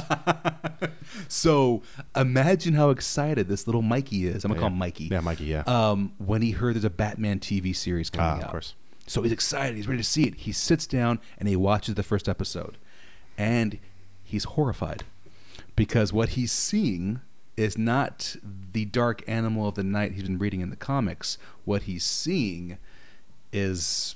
[SPEAKER 2] so imagine how excited this little Mikey is. I'm gonna call him Mikey.
[SPEAKER 1] Oh, Yeah, Mikey. Yeah.
[SPEAKER 2] Um, when he heard there's a Batman TV series coming
[SPEAKER 1] Ah, of
[SPEAKER 2] out.
[SPEAKER 1] course.
[SPEAKER 2] So he's excited. He's ready to see it. He sits down and he watches the first episode, and he's horrified because what he's seeing is not the dark animal of the night he's been reading in the comics. What he's seeing is,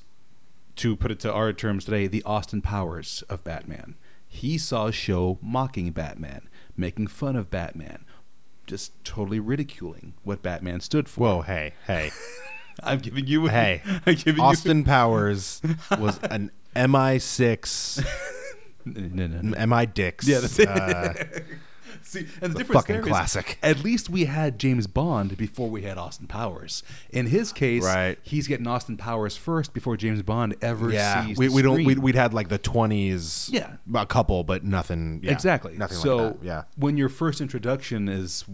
[SPEAKER 2] to put it to our terms today, the Austin Powers of Batman. He saw a show mocking Batman, making fun of Batman, just totally ridiculing what Batman stood for.
[SPEAKER 1] Whoa. Hey. Hey.
[SPEAKER 2] I'm giving you.
[SPEAKER 1] Hey,
[SPEAKER 2] I'm giving
[SPEAKER 1] Austin Powers was an MI6,
[SPEAKER 2] you. No, no, no.
[SPEAKER 1] MI Dix. uh,
[SPEAKER 2] Yeah, that's it. See, and the,
[SPEAKER 1] the
[SPEAKER 2] difference
[SPEAKER 1] fucking
[SPEAKER 2] there is
[SPEAKER 1] classic.
[SPEAKER 2] at least we had James Bond before we had Austin Powers. In his case,
[SPEAKER 1] Right.
[SPEAKER 2] he's getting Austin Powers first before James Bond ever
[SPEAKER 1] yeah,
[SPEAKER 2] sees.
[SPEAKER 1] we,
[SPEAKER 2] the
[SPEAKER 1] we don't
[SPEAKER 2] screen.
[SPEAKER 1] we we'd had like the twenties.
[SPEAKER 2] Yeah.
[SPEAKER 1] a couple, but nothing. yeah,
[SPEAKER 2] exactly.
[SPEAKER 1] nothing
[SPEAKER 2] so
[SPEAKER 1] like that. Yeah,
[SPEAKER 2] when your first introduction is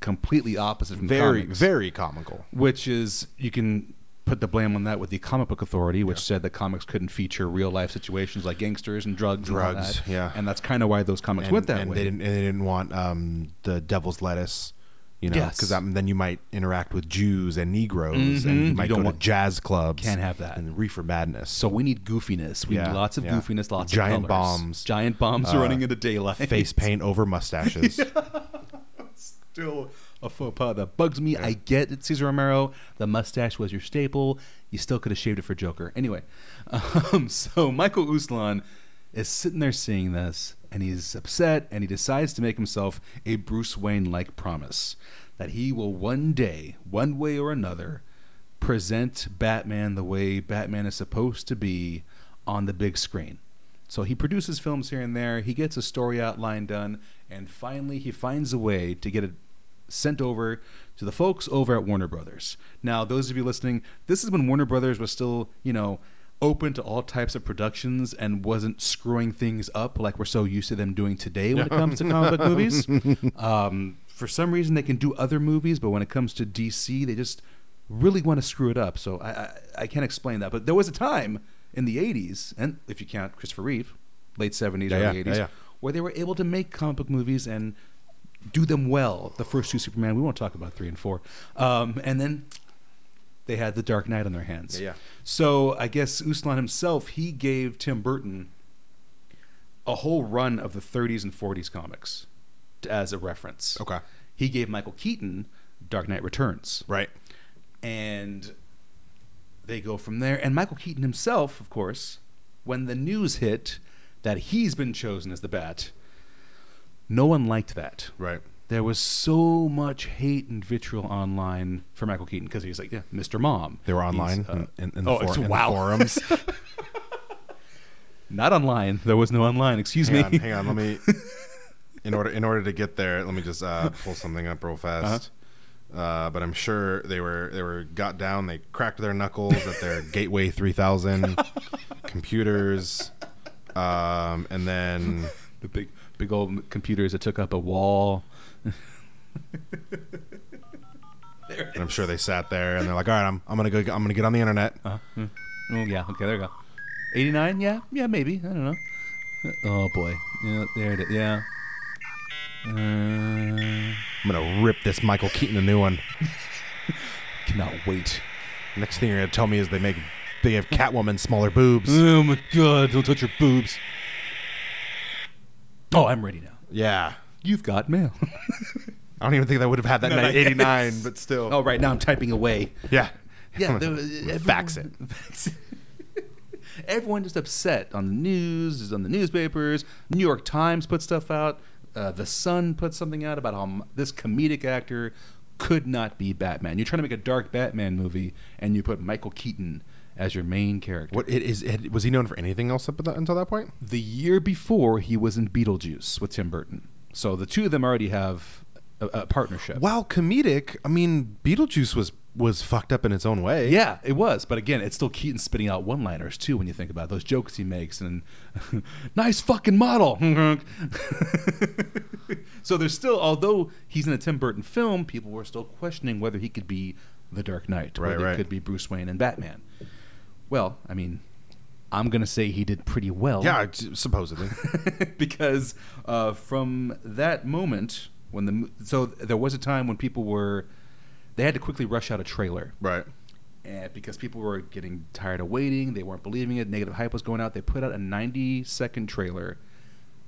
[SPEAKER 2] completely opposite from
[SPEAKER 1] very
[SPEAKER 2] comics,
[SPEAKER 1] very comical.
[SPEAKER 2] which is you can put the blame on that with the comic book authority which said that comics couldn't feature real life situations like gangsters and drugs and all
[SPEAKER 1] Drugs,
[SPEAKER 2] that.
[SPEAKER 1] yeah.
[SPEAKER 2] and that's kind of why those comics
[SPEAKER 1] And,
[SPEAKER 2] went that
[SPEAKER 1] and
[SPEAKER 2] way
[SPEAKER 1] they didn't and they didn't want um, the devil's lettuce. You know,
[SPEAKER 2] Yes. Mm-hmm.
[SPEAKER 1] because then you might interact with Jews and Negroes, and you
[SPEAKER 2] You
[SPEAKER 1] might
[SPEAKER 2] don't
[SPEAKER 1] go
[SPEAKER 2] want-
[SPEAKER 1] to jazz clubs.
[SPEAKER 2] Can't have that.
[SPEAKER 1] And reefer madness.
[SPEAKER 2] So we need goofiness. We
[SPEAKER 1] Yeah,
[SPEAKER 2] need lots of
[SPEAKER 1] yeah.
[SPEAKER 2] goofiness, lots
[SPEAKER 1] Giant
[SPEAKER 2] of colors.
[SPEAKER 1] bombs,
[SPEAKER 2] Giant bombs
[SPEAKER 1] uh,
[SPEAKER 2] running into daylight.
[SPEAKER 1] face paint over mustaches.
[SPEAKER 2] Still a faux pas that bugs me. I get it, Cesar Romero. The mustache was your staple. You still could have shaved it for Joker. Anyway, um, so Michael Uslan is sitting there seeing this, and he's upset, and he decides to make himself a Bruce Wayne like promise that he will one day, one way or another, present Batman the way Batman is supposed to be on the big screen. So he produces films here and there, he gets a story outline done, and finally he finds a way to get it sent over to the folks over at Warner Brothers. Now, those of you listening, this is when Warner Brothers was still, you know, open to all types of productions and wasn't screwing things up like we're so used to them doing today when it comes to comic book movies. Um, for some reason, they can do other movies, but when it comes to DC, they just really want to screw it up. So I, I, I can't explain that. But there was a time in the 80s, and if you count Christopher Reeve, late 70s,
[SPEAKER 1] Yeah,
[SPEAKER 2] early
[SPEAKER 1] yeah,
[SPEAKER 2] 80s,
[SPEAKER 1] yeah, yeah.
[SPEAKER 2] where they were able to make comic book movies and do them well. The first two Superman, we won't talk about three and four. Um, and then they had the Dark Knight on their hands.
[SPEAKER 1] Yeah, yeah.
[SPEAKER 2] So I guess Uslan himself, he gave Tim Burton a whole run of the 30s and 40s comics t- as a reference.
[SPEAKER 1] okay,
[SPEAKER 2] He gave Michael Keaton Dark Knight Returns.
[SPEAKER 1] right.
[SPEAKER 2] And they go from there. And Michael Keaton himself, of course, when the news hit that he's been chosen as the Bat, no one liked that
[SPEAKER 1] Right.
[SPEAKER 2] there was so much hate and vitriol online for Michael Keaton because he's like, yeah, Mr. Mom.
[SPEAKER 1] They were
[SPEAKER 2] He's,
[SPEAKER 1] online
[SPEAKER 2] uh,
[SPEAKER 1] in, in, in the
[SPEAKER 2] oh,
[SPEAKER 1] for-
[SPEAKER 2] it's-
[SPEAKER 1] in the
[SPEAKER 2] wow.
[SPEAKER 1] forums.
[SPEAKER 2] not online. There was no online. Excuse
[SPEAKER 1] hang
[SPEAKER 2] me.
[SPEAKER 1] on, hang on. Let me. in order in order to get there, let me just uh, pull something up real fast. uh
[SPEAKER 2] Uh-huh.
[SPEAKER 1] but I'm sure they were they were got down. They cracked their knuckles at their Gateway 3000 computers, um, and then
[SPEAKER 2] The big, big old computers that took up a wall.
[SPEAKER 1] and I'm sure they sat there and they're like, all right, I'm I'm gonna go I'm gonna get on the internet.
[SPEAKER 2] Oh yeah, okay, there we go. Eighty nine, yeah, yeah, maybe. I don't know. Oh boy, yeah, there it is. Yeah. Uh,
[SPEAKER 1] I'm gonna rip this Michael Keaton a new one.
[SPEAKER 2] cannot wait.
[SPEAKER 1] Next thing you're gonna tell me is they make they have Catwoman smaller boobs.
[SPEAKER 2] Oh my god, don't touch your boobs. Oh, I'm ready now.
[SPEAKER 1] Yeah,
[SPEAKER 2] You've got mail.
[SPEAKER 1] I don't even think they would have had that in '89, but still.
[SPEAKER 2] oh, right now I'm typing away.
[SPEAKER 1] Yeah.
[SPEAKER 2] Yeah,
[SPEAKER 1] I'm
[SPEAKER 2] there,
[SPEAKER 1] gonna- I'm gonna fax it.
[SPEAKER 2] everyone- everyone just upset on the news, is on the newspapers. New York Times put stuff out. Uh, the Sun put something out about how m- this comedic actor could not be Batman. You're trying to make a dark Batman movie, and you put Michael Keaton as your main character.
[SPEAKER 1] What it is? It, was he known for anything else up at that, until that point?
[SPEAKER 2] The year before, he was in Beetlejuice with Tim Burton. So the two of them already have a, a partnership.
[SPEAKER 1] While comedic, I mean, Beetlejuice was was fucked up in its own way.
[SPEAKER 2] Yeah, it was. But again, it's still Keaton spitting out one liners too when you think about it. those jokes he makes and nice fucking model. so there's still although he's in a Tim Burton film, people were still questioning whether he could be the Dark Knight,
[SPEAKER 1] Right,
[SPEAKER 2] whether
[SPEAKER 1] right.
[SPEAKER 2] he could be Bruce Wayne and Batman. Well, I mean, I'm gonna say he did pretty well.
[SPEAKER 1] Yeah, j- supposedly.
[SPEAKER 2] because uh, from that moment when the mo- so there was a time when people were they had to quickly rush out a trailer
[SPEAKER 1] right.
[SPEAKER 2] and because people were getting tired of waiting, they weren't believing it. Negative hype was going out. They put out a 90 second trailer,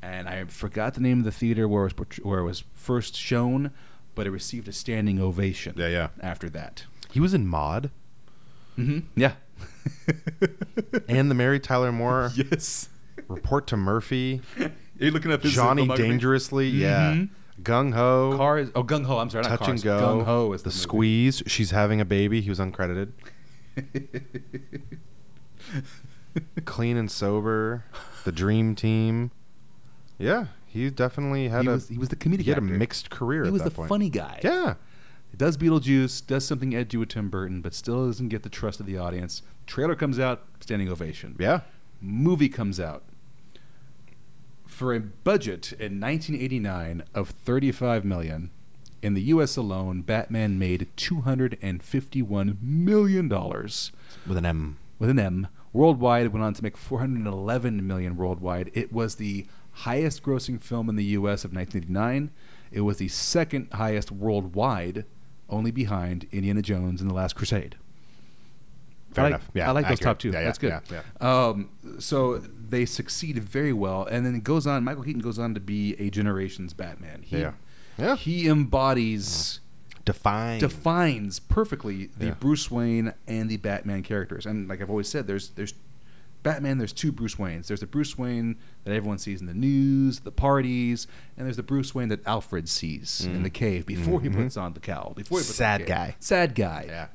[SPEAKER 2] and I forgot the name of the theater where it was portray- where it was first shown, but it received a standing ovation.
[SPEAKER 1] Yeah, yeah.
[SPEAKER 2] After that,
[SPEAKER 1] He was in Maud
[SPEAKER 2] hmm yeah,
[SPEAKER 1] Mm-hmm. and the Mary Tyler Moore
[SPEAKER 2] yes.
[SPEAKER 1] Report to Murphy,
[SPEAKER 2] Are you looking up his
[SPEAKER 1] Johnny
[SPEAKER 2] filmography?
[SPEAKER 1] Dangerously,
[SPEAKER 2] Mhm.
[SPEAKER 1] yeah, Gung Ho,
[SPEAKER 2] Cars? Oh, Gung Ho. I'm sorry, not
[SPEAKER 1] Touch and
[SPEAKER 2] Cars.
[SPEAKER 1] Go,
[SPEAKER 2] Gung Ho is the,
[SPEAKER 1] the
[SPEAKER 2] movie.
[SPEAKER 1] Squeeze. She's having a baby. He was uncredited. Clean and sober, the Dream Team. Yeah, he definitely had
[SPEAKER 2] He
[SPEAKER 1] a
[SPEAKER 2] was, he was the comedic.
[SPEAKER 1] he had a
[SPEAKER 2] actor.
[SPEAKER 1] mixed career
[SPEAKER 2] He
[SPEAKER 1] at
[SPEAKER 2] was
[SPEAKER 1] that
[SPEAKER 2] the
[SPEAKER 1] point.
[SPEAKER 2] funny guy.
[SPEAKER 1] yeah,
[SPEAKER 2] does Beetlejuice, does something edgy with Tim Burton, but still doesn't get the trust of the audience. Trailer comes out, standing ovation.
[SPEAKER 1] yeah.
[SPEAKER 2] Movie comes out. For a budget in 1989 of 35 million, in the U.S. alone, Batman made 251 million dollars
[SPEAKER 1] With an M.
[SPEAKER 2] with an M. Worldwide, it went on to make 411 million worldwide. It was the highest grossing film in the US of 1989. It was the second highest worldwide, only behind Indiana Jones and The Last Crusade.
[SPEAKER 1] Fair
[SPEAKER 2] I like,
[SPEAKER 1] enough. Yeah,
[SPEAKER 2] I like those
[SPEAKER 1] accurate.
[SPEAKER 2] top two.
[SPEAKER 1] Yeah, yeah,
[SPEAKER 2] That's good.
[SPEAKER 1] yeah, yeah.
[SPEAKER 2] Um, so they succeed very well, and then it goes on. Michael Keaton goes on to be a generation's Batman. He,
[SPEAKER 1] Yeah. Yeah.
[SPEAKER 2] he embodies
[SPEAKER 1] Define.
[SPEAKER 2] defines perfectly the
[SPEAKER 1] Yeah.
[SPEAKER 2] Bruce Wayne and the Batman characters. And like I've always said, there's there's Batman. There's two Bruce Waynes. There's the Bruce Wayne that everyone sees in the news, the parties, and there's the Bruce Wayne that Alfred sees in the cave before he puts on the cowl. Before he puts on
[SPEAKER 1] Mm.
[SPEAKER 2] the
[SPEAKER 1] Mm-hmm. Sad
[SPEAKER 2] cape.
[SPEAKER 1] guy.
[SPEAKER 2] Sad guy.
[SPEAKER 1] Yeah.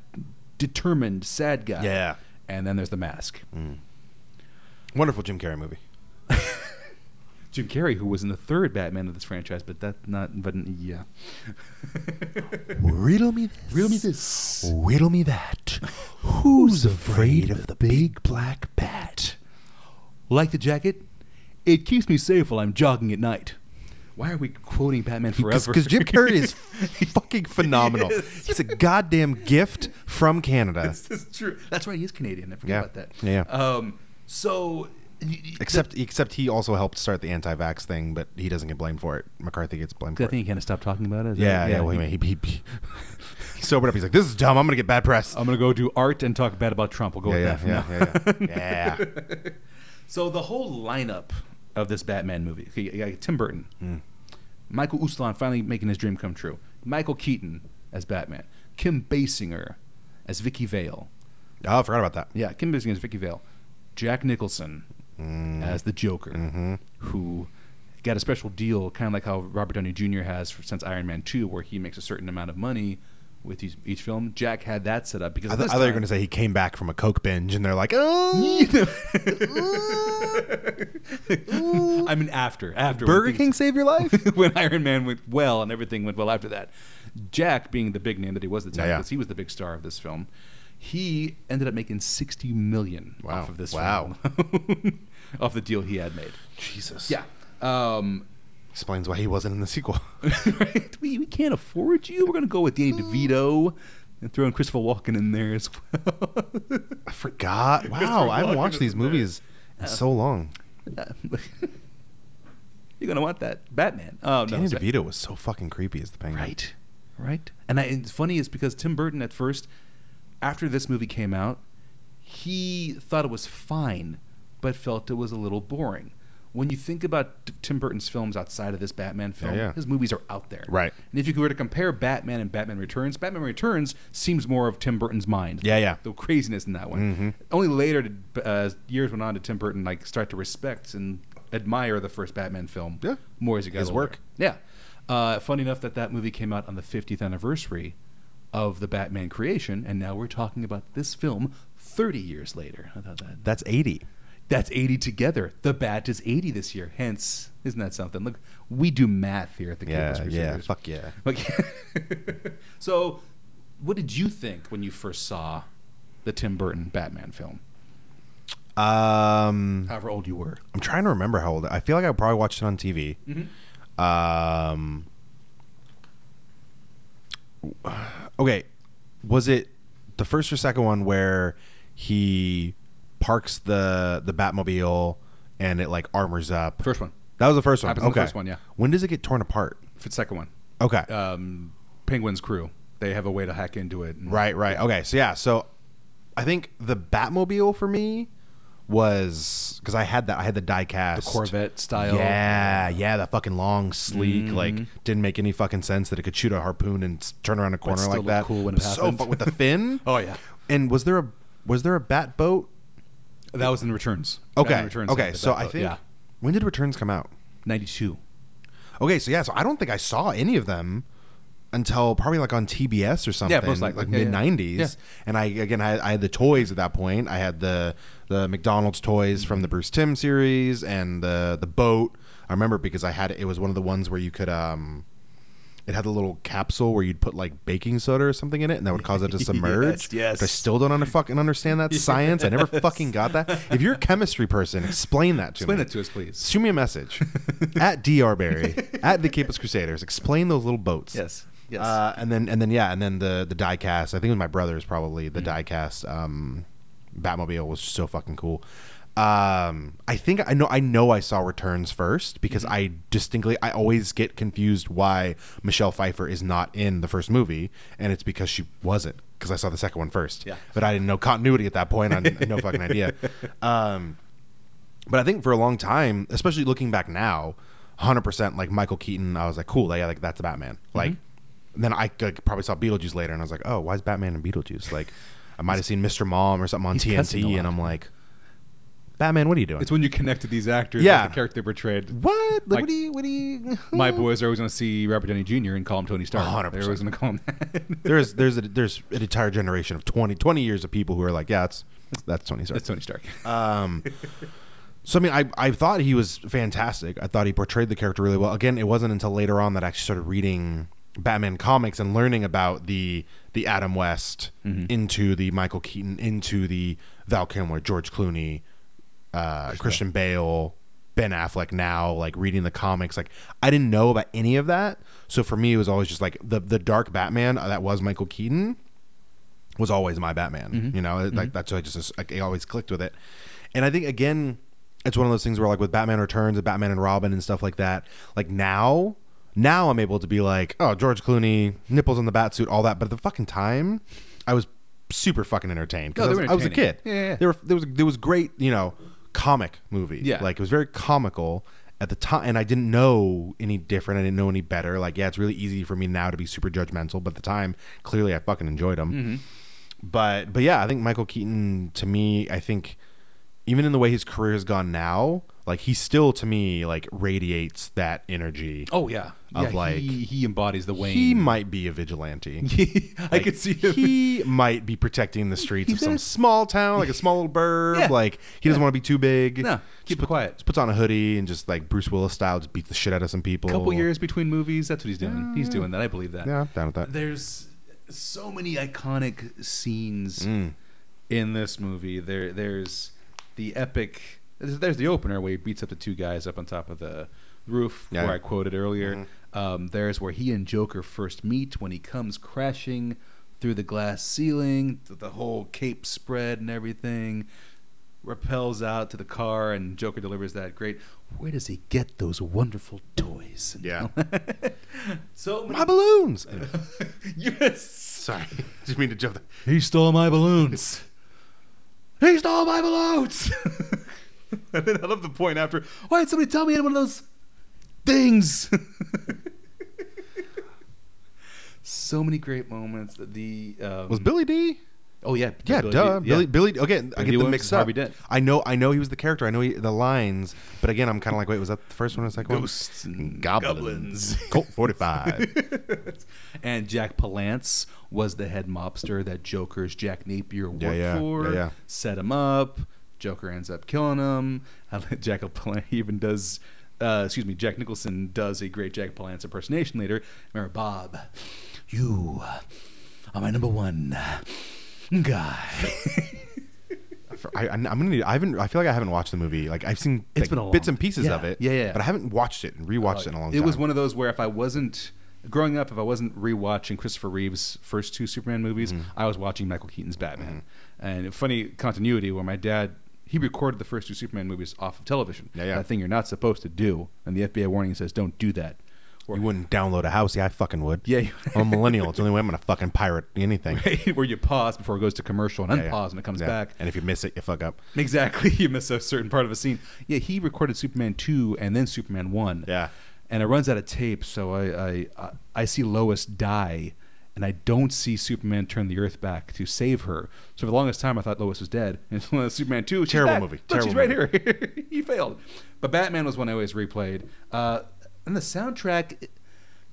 [SPEAKER 2] Determined sad guy.
[SPEAKER 1] Yeah.
[SPEAKER 2] And then there's the mask.
[SPEAKER 1] Wonderful Jim Carrey movie.
[SPEAKER 2] Jim Carrey, who was in the third Batman of this franchise, but that's not. But yeah.
[SPEAKER 1] Riddle me this.
[SPEAKER 2] Riddle me this.
[SPEAKER 1] Riddle me that. Who's afraid of the big black bat?
[SPEAKER 2] Like the jacket, it keeps me safe while I'm jogging at night. Why are we quoting Batman forever?
[SPEAKER 1] Because Jim Carrey is fucking phenomenal. He's a goddamn gift from Canada.
[SPEAKER 2] this is true. That's right. He's Canadian. I forgot
[SPEAKER 1] Yeah.
[SPEAKER 2] about that.
[SPEAKER 1] Yeah, yeah.
[SPEAKER 2] Um. So. y- y-
[SPEAKER 1] Except, except he also helped start the anti-vax thing, but he doesn't get blamed for it. McCarthy gets blamed for
[SPEAKER 2] I
[SPEAKER 1] it.
[SPEAKER 2] think he kind of stopped talking about it. Is
[SPEAKER 1] Yeah,
[SPEAKER 2] that-
[SPEAKER 1] yeah. Well, he, he, he, he sobered up. He's like, "This is dumb. I'm gonna get bad press."
[SPEAKER 2] I'm gonna go do art and talk bad about Trump. We'll go
[SPEAKER 1] yeah,
[SPEAKER 2] with
[SPEAKER 1] yeah,
[SPEAKER 2] that. for
[SPEAKER 1] yeah,
[SPEAKER 2] now.
[SPEAKER 1] yeah, yeah, yeah.
[SPEAKER 2] So the whole lineup of this Batman movie, okay, you got Tim Burton,
[SPEAKER 1] Mm.
[SPEAKER 2] Michael Uslan finally making his dream come true, Michael Keaton as Batman, Kim Basinger as Vicky Vale,
[SPEAKER 1] Oh, I forgot about that.
[SPEAKER 2] yeah, Kim Basinger as Vicky Vale, Jack Nicholson
[SPEAKER 1] Mm.
[SPEAKER 2] as the Joker,
[SPEAKER 1] Mm-hmm.
[SPEAKER 2] who got a special deal, kind of like how Robert Downey Jr. has for, since Iron Man Two, where he makes a certain amount of money with each, each film. Jack had that set up because
[SPEAKER 1] I,
[SPEAKER 2] at
[SPEAKER 1] th-
[SPEAKER 2] this
[SPEAKER 1] I thought you were going
[SPEAKER 2] time-
[SPEAKER 1] to say he came back from a coke binge, and they're like, "Oh,
[SPEAKER 2] I mean, after after when
[SPEAKER 1] Burger
[SPEAKER 2] things-
[SPEAKER 1] King saved your life."
[SPEAKER 2] when Iron Man went well and everything went well after that. Jack, being the big name that he was at the time,
[SPEAKER 1] Yeah, yeah.
[SPEAKER 2] because he was the big star of this film, he ended up making sixty million
[SPEAKER 1] Wow.
[SPEAKER 2] off of this.
[SPEAKER 1] Wow.
[SPEAKER 2] film. off the deal he had made.
[SPEAKER 1] Jesus.
[SPEAKER 2] Yeah. Um,
[SPEAKER 1] Explains why he wasn't in the sequel.
[SPEAKER 2] right? we, we can't afford you. We're gonna go with Danny DeVito and throw in Christopher Walken in there as well.
[SPEAKER 1] I forgot. Wow, I haven't
[SPEAKER 2] Walken
[SPEAKER 1] watched these
[SPEAKER 2] isn't there.
[SPEAKER 1] movies in so long.
[SPEAKER 2] You're gonna want that Batman. Oh no,
[SPEAKER 1] Danny
[SPEAKER 2] sorry.
[SPEAKER 1] DeVito was so fucking creepy as the penguin.
[SPEAKER 2] Right. Right. And I, it's funny is because Tim Burton at first, after this movie came out, he thought it was fine, but felt it was a little boring. When you think about t- Tim Burton's films outside of this Batman film,
[SPEAKER 1] yeah.
[SPEAKER 2] his movies are out there.
[SPEAKER 1] Right.
[SPEAKER 2] And if you were to compare Batman and Batman Returns, Batman Returns seems more of Tim Burton's mind.
[SPEAKER 1] Yeah, yeah.
[SPEAKER 2] The craziness in that one.
[SPEAKER 1] Mhm.
[SPEAKER 2] Only later did uh, years went on to Tim Burton like start to respect and admire the first Batman film
[SPEAKER 1] Yeah.
[SPEAKER 2] more as he got
[SPEAKER 1] His
[SPEAKER 2] older.
[SPEAKER 1] work.
[SPEAKER 2] Yeah. Uh, funny enough that that movie came out on the 50th anniversary of the Batman creation, and now we're talking about this film 30 years later. I thought that
[SPEAKER 1] That's 80.
[SPEAKER 2] that's 80 together. The Bat is 80 this year. Hence, isn't that something? Look, we do math here at the
[SPEAKER 1] Yeah,
[SPEAKER 2] Campus
[SPEAKER 1] yeah.
[SPEAKER 2] Crusaders.
[SPEAKER 1] Fuck yeah.
[SPEAKER 2] Like- so, what did you think when you first saw the Tim Burton Batman film?
[SPEAKER 1] Um,
[SPEAKER 2] However old you were.
[SPEAKER 1] I'm trying to remember how old. I feel like I probably watched it on TV.
[SPEAKER 2] Mm-hmm.
[SPEAKER 1] Um, okay, was it the first or second one where he parks the the Batmobile and it like armors up?
[SPEAKER 2] First one.
[SPEAKER 1] That was the first one.
[SPEAKER 2] Happens in the
[SPEAKER 1] okay,
[SPEAKER 2] first one, yeah.
[SPEAKER 1] When does it get torn apart?
[SPEAKER 2] For the second one.
[SPEAKER 1] Okay,
[SPEAKER 2] um, Penguin's crew. They have a way to hack into it. and-
[SPEAKER 1] Right, right. Okay, so yeah, so I think the Batmobile for me was because I had that I had the diecast
[SPEAKER 2] The Corvette style. Mm-hmm.
[SPEAKER 1] Yeah, yeah, that fucking long, sleek, like didn't make any fucking sense that it could shoot a harpoon and s- turn around a corner
[SPEAKER 2] still
[SPEAKER 1] like
[SPEAKER 2] looked
[SPEAKER 1] that.
[SPEAKER 2] cool when it
[SPEAKER 1] But so
[SPEAKER 2] happened.
[SPEAKER 1] fu- with the fin.
[SPEAKER 2] Oh, yeah.
[SPEAKER 1] And was there a was there a bat boat?
[SPEAKER 2] That was in Returns.
[SPEAKER 1] Okay,
[SPEAKER 2] Batman Returns
[SPEAKER 1] okay.
[SPEAKER 2] had the
[SPEAKER 1] So
[SPEAKER 2] Batboat,
[SPEAKER 1] I think
[SPEAKER 2] yeah.
[SPEAKER 1] when did Returns come out?
[SPEAKER 2] 92.
[SPEAKER 1] Okay, so yeah, so I don't think I saw any of them until probably like on TBS or something,
[SPEAKER 2] most likely.
[SPEAKER 1] like
[SPEAKER 2] Yeah, yeah.
[SPEAKER 1] mid '90s.
[SPEAKER 2] Yeah.
[SPEAKER 1] And I again, I, I had the toys at that point. I had the the McDonald's toys from the Bruce Tim series and the the boat. I remember because I had it was one of the ones where you could um, it had a little capsule where you'd put like baking soda or something in it, and that would cause it to submerge.
[SPEAKER 2] yes.
[SPEAKER 1] But I still don't under- fucking understand that science. I never fucking got that. If you're a chemistry person, explain that to
[SPEAKER 2] Explain
[SPEAKER 1] me.
[SPEAKER 2] that to us, please.
[SPEAKER 1] Shoot me a message at Dr. Barry at the Capus Crusaders. Explain those little boats.
[SPEAKER 2] Yes.
[SPEAKER 1] Uh, and then and then yeah, and then the the diecast. I think it was my brother's probably the
[SPEAKER 2] Mm-hmm.
[SPEAKER 1] diecast. Um, Batmobile was so fucking cool. Um, I think I know I know I saw Returns first because
[SPEAKER 2] Mm-hmm.
[SPEAKER 1] I distinctly I always get confused why Michelle Pfeiffer is not in the first movie, and it's because she wasn't because I saw the second one first.
[SPEAKER 2] Yeah.
[SPEAKER 1] but I didn't know continuity at that point. I had no fucking idea. Um, but I think for a long time, especially looking back now, hundred percent like Michael Keaton, I was like, cool, yeah, like that's Batman. Like, then I like, probably saw Beetlejuice later, and I was like, oh, why is Batman in Beetlejuice? Like, I might have seen Mr. Mom or something on
[SPEAKER 2] He's cussing a
[SPEAKER 1] TNT,
[SPEAKER 2] lot.
[SPEAKER 1] and I'm like, Batman, what are you doing?
[SPEAKER 2] it's when you connect to these actors,
[SPEAKER 1] Yeah.
[SPEAKER 2] yeah. the character they portrayed.
[SPEAKER 1] what? Like,
[SPEAKER 2] like-
[SPEAKER 1] what do you? What do you?
[SPEAKER 2] My boys are always going to see Robert Downey Jr. and call him Tony Stark. They're
[SPEAKER 1] 100%.
[SPEAKER 2] always going to call him that.
[SPEAKER 1] there's there's a, there's an entire generation of 20, 20 years of people who are like, yeah, that's that's Tony Stark.
[SPEAKER 2] That's Tony Stark.
[SPEAKER 1] Um, so I mean, I, I thought he was fantastic. I thought he portrayed the character really well. Again, it wasn't until later on that I actually started reading Batman comics and learning about the the Adam West into the Michael Keaton into the Val Kilmer, George Clooney, uh, Christian Bale, Ben Affleck. Now, like reading the comics, like I didn't know about any of that. So for me, it was always just like the the Dark Batman uh, that was Michael Keaton was always my Batman.
[SPEAKER 2] Mm-hmm.
[SPEAKER 1] You know, It- like that's why I just like, I always clicked with it. And I think again, it's one of those things where like with Batman Returns and Batman and Robin and stuff like that. Like now, now I'm able to be like, oh, George Clooney, nipples on the bat suit, all that. But at the fucking time, I was super fucking entertained
[SPEAKER 2] No,
[SPEAKER 1] because
[SPEAKER 2] they
[SPEAKER 1] I,
[SPEAKER 2] were
[SPEAKER 1] was- I was a kid.
[SPEAKER 2] entertaining. Yeah, yeah, yeah.
[SPEAKER 1] There were there was there was great, you know, comic movie.
[SPEAKER 2] Yeah.
[SPEAKER 1] like it was very comical. At the time, and I didn't know any different. I didn't know any better. Like, yeah, it's really easy for me now to be super judgmental, but at the time, clearly, I fucking enjoyed them
[SPEAKER 2] Mm-hmm.
[SPEAKER 1] but but yeah, I think Michael Keaton to me, I think even in the way his career has gone now, like he still to me like radiates that energy
[SPEAKER 2] oh, yeah.
[SPEAKER 1] of
[SPEAKER 2] Yeah,
[SPEAKER 1] like
[SPEAKER 2] he, he embodies the Oh, Wayne.
[SPEAKER 1] he might be a vigilante.
[SPEAKER 2] I
[SPEAKER 1] Like,
[SPEAKER 2] could see him.
[SPEAKER 1] He might be protecting the streets of
[SPEAKER 2] He's in
[SPEAKER 1] some
[SPEAKER 2] a-
[SPEAKER 1] small town, like a small little burb.
[SPEAKER 2] Yeah.
[SPEAKER 1] Like he doesn't
[SPEAKER 2] Yeah.
[SPEAKER 1] want to be too big.
[SPEAKER 2] no,
[SPEAKER 1] just
[SPEAKER 2] keep it
[SPEAKER 1] put,
[SPEAKER 2] quiet.
[SPEAKER 1] just puts on a hoodie and just like Bruce Willis style, just beats the shit out of some people.
[SPEAKER 2] A couple years between movies. That's what he's doing. He's doing that. I believe that.
[SPEAKER 1] Yeah, I'm down with that.
[SPEAKER 2] There's so many iconic scenes
[SPEAKER 1] Mm.
[SPEAKER 2] in this movie. There, there's the epic. There's, there's the opener where he beats up the two guys up on top of the roof,
[SPEAKER 1] Yeah. Mm-hmm.
[SPEAKER 2] where I quoted earlier. Um, there's where he and Joker first meet when he comes crashing through the glass ceiling, th- the whole cape spread and everything. Repels out to the car, and Joker delivers that great. Where does he get those wonderful toys?
[SPEAKER 1] Yeah.
[SPEAKER 2] so many-
[SPEAKER 1] My balloons.
[SPEAKER 2] yes.
[SPEAKER 1] Sorry, just mean to jump. the-
[SPEAKER 2] He stole my balloons. he stole my balloons. and then I love the point after. Why did somebody tell me I had one of those things? so many great moments. The um,
[SPEAKER 1] Was Billy D?
[SPEAKER 2] oh yeah
[SPEAKER 1] Yeah,
[SPEAKER 2] Billy
[SPEAKER 1] duh.
[SPEAKER 2] Dee-
[SPEAKER 1] Billy, Billy. Okay, I
[SPEAKER 2] Billy
[SPEAKER 1] get them
[SPEAKER 2] Williams
[SPEAKER 1] mixed
[SPEAKER 2] and
[SPEAKER 1] up.
[SPEAKER 2] Harvey Dent.
[SPEAKER 1] I know, I know he was the character. I know he, the lines, but again, I'm kind of like, wait, was that the first one or the second
[SPEAKER 2] Ghosts
[SPEAKER 1] one?
[SPEAKER 2] and goblins.
[SPEAKER 1] Colt 45.
[SPEAKER 2] and Jack Palance was the head mobster that Joker's Jack Napier worked
[SPEAKER 1] Yeah, yeah,
[SPEAKER 2] for.
[SPEAKER 1] yeah, yeah.
[SPEAKER 2] Set him up. Joker ends up killing him. I like Jack Palance he even does. Uh, excuse me, Jack Nicholson does a great Jack Palance impersonation later. Remember, Bob, you are my number one guy.
[SPEAKER 1] For- I, I'm gonna need. I haven't. I feel like I haven't watched the movie. Like I've seen
[SPEAKER 2] It's
[SPEAKER 1] like,
[SPEAKER 2] been a
[SPEAKER 1] bits
[SPEAKER 2] long-
[SPEAKER 1] and pieces
[SPEAKER 2] yeah,
[SPEAKER 1] of it.
[SPEAKER 2] yeah, yeah.
[SPEAKER 1] But I haven't watched it and rewatched it in a long
[SPEAKER 2] it
[SPEAKER 1] time.
[SPEAKER 2] was one of those where if I wasn't growing up, if I wasn't rewatching Christopher Reeve's first two Superman movies,
[SPEAKER 1] Mm-hmm.
[SPEAKER 2] I was watching Michael Keaton's Batman. And funny continuity where my dad he recorded the first two Superman movies off of television.
[SPEAKER 1] Yeah, yeah.
[SPEAKER 2] That thing you're not supposed to do, and the FBI warning says don't do that. Or,
[SPEAKER 1] You wouldn't download a house. Yeah, I fucking would.
[SPEAKER 2] Yeah, you-
[SPEAKER 1] I'm a millennial. It's the only way I'm gonna fucking pirate anything.
[SPEAKER 2] where you pause before it goes to commercial and
[SPEAKER 1] Yeah, yeah.
[SPEAKER 2] unpause when it comes
[SPEAKER 1] Yeah.
[SPEAKER 2] back.
[SPEAKER 1] And if you miss it, you fuck up.
[SPEAKER 2] Exactly. You miss a certain part of a scene. Yeah, he recorded Superman 2 and then Superman 1.
[SPEAKER 1] Yeah.
[SPEAKER 2] And it runs out of tape, so I, I, I, I see Lois die, and I don't see Superman turn the Earth back to save her. So for the longest time, I thought Lois was dead. And so Superman 2, she's
[SPEAKER 1] Terrible
[SPEAKER 2] back.
[SPEAKER 1] movie.
[SPEAKER 2] Look, she's right
[SPEAKER 1] Terrible
[SPEAKER 2] here. he failed. But Batman was one I always replayed. Uh, and the soundtrack,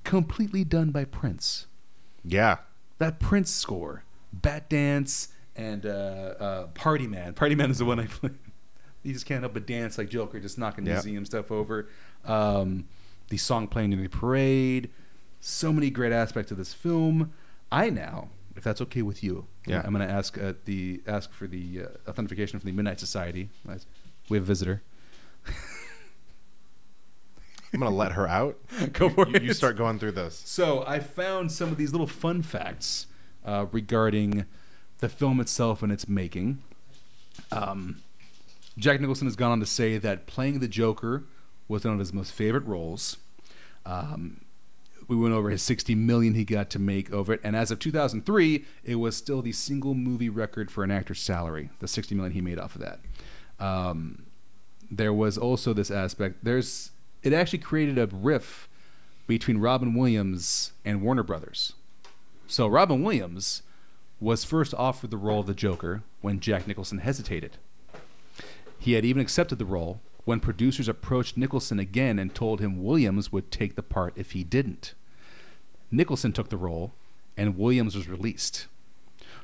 [SPEAKER 2] completely done by Prince
[SPEAKER 1] Yeah.
[SPEAKER 2] that Prince score, Bat Dance and uh, uh, Party Man. Party Man is the one I play. You just can't help but dance like Joker, just knocking
[SPEAKER 1] Yeah.
[SPEAKER 2] museum stuff over. Um, the song playing in the parade. So many great aspects of this film. I now, if that's okay with you,
[SPEAKER 1] Yeah.
[SPEAKER 2] I'm going to ask uh, the ask for the uh, authentication from the Midnight Society. Nice. We have a visitor.
[SPEAKER 1] I'm gonna let her out.
[SPEAKER 2] Go for
[SPEAKER 1] You,
[SPEAKER 2] it.
[SPEAKER 1] you start going through this.
[SPEAKER 2] So I found some of these little fun facts uh, regarding the film itself and its making. Um, Jack Nicholson has gone on to say that playing the Joker was one of his most favorite roles. Um, we went over his 60 million he got to make over it, and as of 2003, it was still the single movie record for an actor's salary. The 60 million he made off of that. Um, there was also this aspect. There's it actually created a riff between Robin Williams and Warner Brothers. So Robin Williams was first offered the role of the Joker when Jack Nicholson hesitated. He had even accepted the role when producers approached Nicholson again and told him Williams would take the part if he didn't. Nicholson took the role, and Williams was released.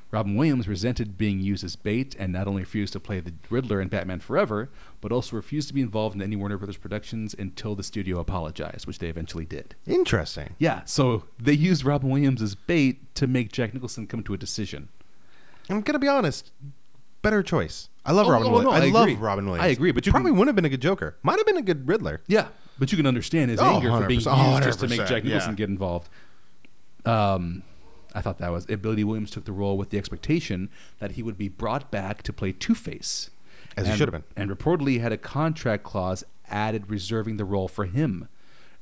[SPEAKER 2] Robin Williams resented being used as bait and not only refused to play the Riddler in Batman Forever, but also refused to be involved in any Warner Brothers productions until the studio apologized, which they eventually did.
[SPEAKER 1] Interesting.
[SPEAKER 2] Yeah, so they used Robin Williams as bait to make Jack Nicholson come to a decision.
[SPEAKER 1] I'm gonna be honest. Better choice. I love
[SPEAKER 2] Oh,
[SPEAKER 1] Robin
[SPEAKER 2] oh,
[SPEAKER 1] Williams.
[SPEAKER 2] no,
[SPEAKER 1] I,
[SPEAKER 2] I
[SPEAKER 1] love
[SPEAKER 2] agree.
[SPEAKER 1] Robin Williams.
[SPEAKER 2] I agree, but you
[SPEAKER 1] probably
[SPEAKER 2] can-
[SPEAKER 1] wouldn't have been a good Joker. Might have been a good Riddler.
[SPEAKER 2] Yeah, but you can understand his
[SPEAKER 1] Oh,
[SPEAKER 2] anger for being used
[SPEAKER 1] 100%. Oh,
[SPEAKER 2] just to make
[SPEAKER 1] 100%,
[SPEAKER 2] Jack Nicholson
[SPEAKER 1] yeah.
[SPEAKER 2] get involved. Um, I thought that was it. Billy Williams took the role with the expectation that he would be brought back to play Two Face,
[SPEAKER 1] As he should have been.
[SPEAKER 2] and reportedly had a contract clause added reserving the role for him.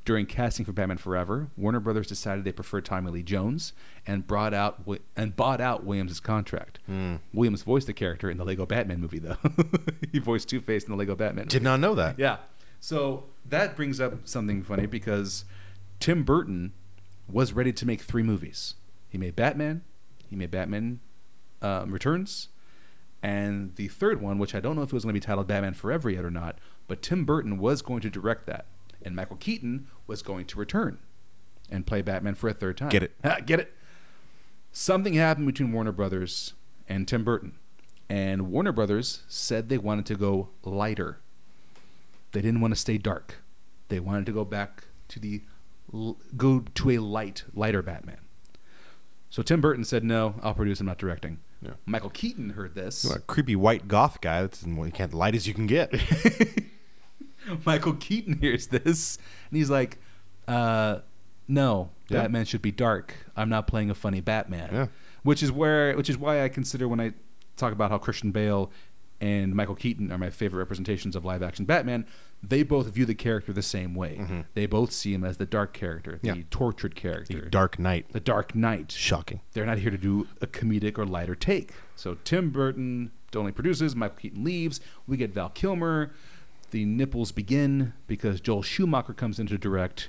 [SPEAKER 2] During casting for Batman Forever, Warner Brothers decided they preferred Tommy Lee Jones and brought out Wi- and bought out Williams' contract.
[SPEAKER 1] Hmm.
[SPEAKER 2] Williams voiced the character in the Lego Batman movie, though. he voiced Two Face in the Lego Batman.
[SPEAKER 1] Did not know that.
[SPEAKER 2] Yeah. So that brings up something funny because Tim Burton was ready to make three movies. He made Batman, he made Batman um, Returns, and the third one, which I don't know if it was going to be titled Batman Forever yet or not, but Tim Burton was going to direct that, and Michael Keaton was going to return. and play Batman for a third time.
[SPEAKER 1] Get it.
[SPEAKER 2] Ha, Get it. Something happened between Warner Brothers and Tim Burton, and Warner Brothers said they wanted to go lighter. They didn't want to stay dark. They wanted to go back to the l- go to a light, lighter Batman. So Tim Burton said, "No, I'll produce. I'm not directing."
[SPEAKER 1] Yeah.
[SPEAKER 2] Michael Keaton heard this.
[SPEAKER 1] You're a creepy white goth guy. That's well, you can't light as you can get.
[SPEAKER 2] Michael Keaton hears this and he's like, uh, "No,
[SPEAKER 1] Yeah.
[SPEAKER 2] Batman should be dark. I'm not playing a funny Batman."
[SPEAKER 1] Yeah.
[SPEAKER 2] Which is where, which is why I consider when I talk about how Christian Bale and Michael Keaton are my favorite representations of live-action Batman, they both view the character the same way. They both see him as the dark character, the
[SPEAKER 1] Mm-hmm. Yeah.
[SPEAKER 2] tortured character, the dark,
[SPEAKER 1] Dark Knight.
[SPEAKER 2] Knight
[SPEAKER 1] Shocking.
[SPEAKER 2] they're not here to do a comedic or lighter take. So Tim Burton only produces, Michael Keaton leaves, we get Val Kilmer, the nipples begin because Joel Schumacher comes in to direct,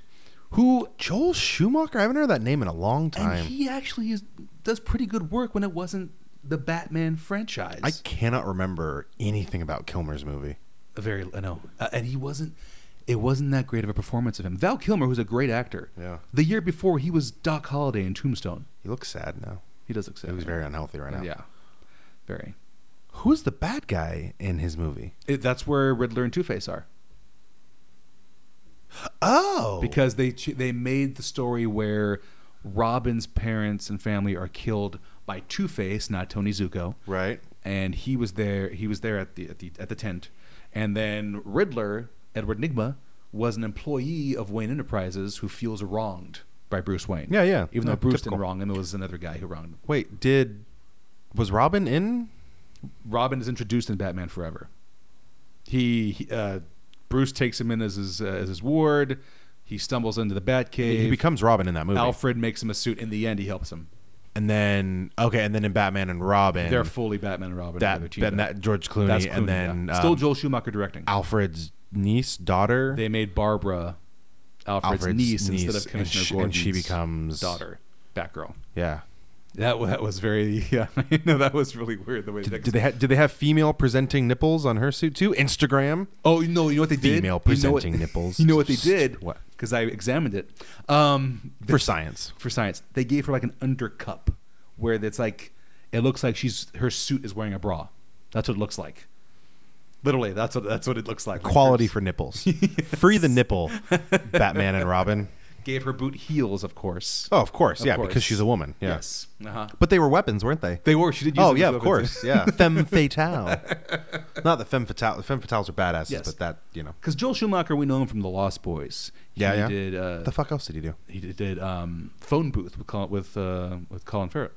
[SPEAKER 2] who
[SPEAKER 1] Joel Schumacher. I haven't heard that name in a long
[SPEAKER 2] and
[SPEAKER 1] time.
[SPEAKER 2] he actually is, does pretty good work when it wasn't the Batman franchise.
[SPEAKER 1] I cannot remember anything about Kilmer's movie.
[SPEAKER 2] A very I know, uh, and he wasn't. It wasn't that great of a performance of him. Val Kilmer, who's a great actor,
[SPEAKER 1] Yeah.
[SPEAKER 2] the year before he was Doc Holliday in Tombstone.
[SPEAKER 1] He looks sad now.
[SPEAKER 2] He does look
[SPEAKER 1] He
[SPEAKER 2] sad.
[SPEAKER 1] looks very unhealthy right now.
[SPEAKER 2] yeah, very.
[SPEAKER 1] Who's the bad guy in his movie?
[SPEAKER 2] It, that's where Riddler and Two Face are.
[SPEAKER 1] Oh,
[SPEAKER 2] because they ch- they made the story where Robin's parents and family are killed by Two Face, not Tony Zuko,
[SPEAKER 1] right.
[SPEAKER 2] and he was there. He was there at the at the at the tent, and then Riddler Edward Nigma was an employee of Wayne Enterprises who feels wronged by Bruce Wayne.
[SPEAKER 1] Yeah, yeah.
[SPEAKER 2] Even
[SPEAKER 1] No,
[SPEAKER 2] though Bruce
[SPEAKER 1] typical.
[SPEAKER 2] didn't wrong him, it was another guy who wronged him.
[SPEAKER 1] Wait, did was Robin in?
[SPEAKER 2] Robin is introduced in Batman Forever. He, he, uh, Bruce takes him in as his uh, as his ward. He stumbles into the Batcave.
[SPEAKER 1] He becomes Robin in that movie,
[SPEAKER 2] Alfred makes him a suit. In the end, he helps him.
[SPEAKER 1] and then okay, and then in Batman and Robin,
[SPEAKER 2] They're fully Batman and Robin.
[SPEAKER 1] that
[SPEAKER 2] They've achieved
[SPEAKER 1] then that George Clooney,
[SPEAKER 2] That's Clooney,
[SPEAKER 1] and then
[SPEAKER 2] yeah.
[SPEAKER 1] um,
[SPEAKER 2] still Joel Schumacher directing.
[SPEAKER 1] Alfred's niece, daughter,
[SPEAKER 2] they made Barbara Alfred's,
[SPEAKER 1] Alfred's
[SPEAKER 2] niece, instead of
[SPEAKER 1] niece, and
[SPEAKER 2] Commissioner
[SPEAKER 1] she-
[SPEAKER 2] Gordon's
[SPEAKER 1] and she becomes-
[SPEAKER 2] daughter, Batgirl.
[SPEAKER 1] yeah.
[SPEAKER 2] That wa- that was very yeah. I know that was really weird the way
[SPEAKER 1] Did,
[SPEAKER 2] that.
[SPEAKER 1] did they ha- did they have female presenting nipples on her suit too? Instagram.
[SPEAKER 2] oh no! You know what they
[SPEAKER 1] Female
[SPEAKER 2] did? You know what-
[SPEAKER 1] presenting nipples.
[SPEAKER 2] You know what they
[SPEAKER 1] Just-
[SPEAKER 2] did?
[SPEAKER 1] what?
[SPEAKER 2] Because I examined it. Um,
[SPEAKER 1] for science.
[SPEAKER 2] for science. They gave her like an undercup where it's like it looks like she's her suit is wearing a bra. That's what it looks like. Literally, that's what that's what it looks like.
[SPEAKER 1] Quality for nipples. Free the nipple, Batman and Robin.
[SPEAKER 2] Gave her boot heels, of course.
[SPEAKER 1] Oh, of course,
[SPEAKER 2] Of
[SPEAKER 1] yeah,
[SPEAKER 2] course.
[SPEAKER 1] because she's a woman. Yeah.
[SPEAKER 2] Yes. Uh-huh.
[SPEAKER 1] But they were weapons, weren't they?
[SPEAKER 2] They were. She did use
[SPEAKER 1] oh
[SPEAKER 2] them as
[SPEAKER 1] yeah, of
[SPEAKER 2] weapons.
[SPEAKER 1] course, yeah. Femme fatale. Not the femme fatale. The femme fatales are badasses,
[SPEAKER 2] Yes.
[SPEAKER 1] but that you know.
[SPEAKER 2] Because Joel Schumacher, we know him from The Lost Boys. He
[SPEAKER 1] Yeah, yeah.
[SPEAKER 2] Did, uh,
[SPEAKER 1] The fuck else did he do?
[SPEAKER 2] he did, did, um, Phone Booth with Colin, with, uh, with Colin Farrell.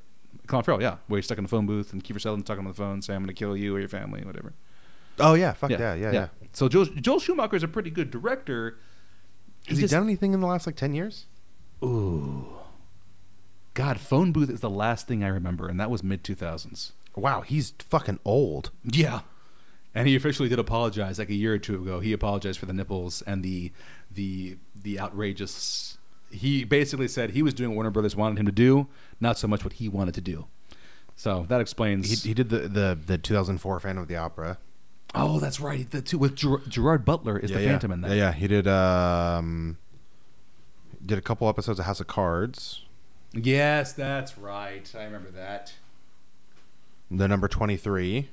[SPEAKER 2] Colin Farrell, yeah, where he's stuck in the phone booth and Kiefer Sutherland's talking on the phone, saying, "I'm going to kill you or your family, whatever."
[SPEAKER 1] Oh yeah, fuck yeah, yeah, yeah.
[SPEAKER 2] So Joel, Joel Schumacher is a pretty good director.
[SPEAKER 1] Has he,
[SPEAKER 2] just-
[SPEAKER 1] done anything in the last like ten years?
[SPEAKER 2] Ooh. God, phone booth is the last thing I remember, and that was mid two thousands.
[SPEAKER 1] Wow, he's fucking old.
[SPEAKER 2] Yeah. And he officially did apologize like a year or two ago. He apologized for the nipples and the the the outrageous he basically said he was doing what Warner Brothers wanted him to do, not so much what he wanted to do. So that explains.
[SPEAKER 1] He, he did the, the the 2004 Phantom of the Opera.
[SPEAKER 2] oh, that's right. The two with Ger- Gerard Butler is the Phantom in that.
[SPEAKER 1] Yeah, yeah. He did um did a couple episodes of House of Cards.
[SPEAKER 2] Yes, that's right. I remember that.
[SPEAKER 1] The number 23.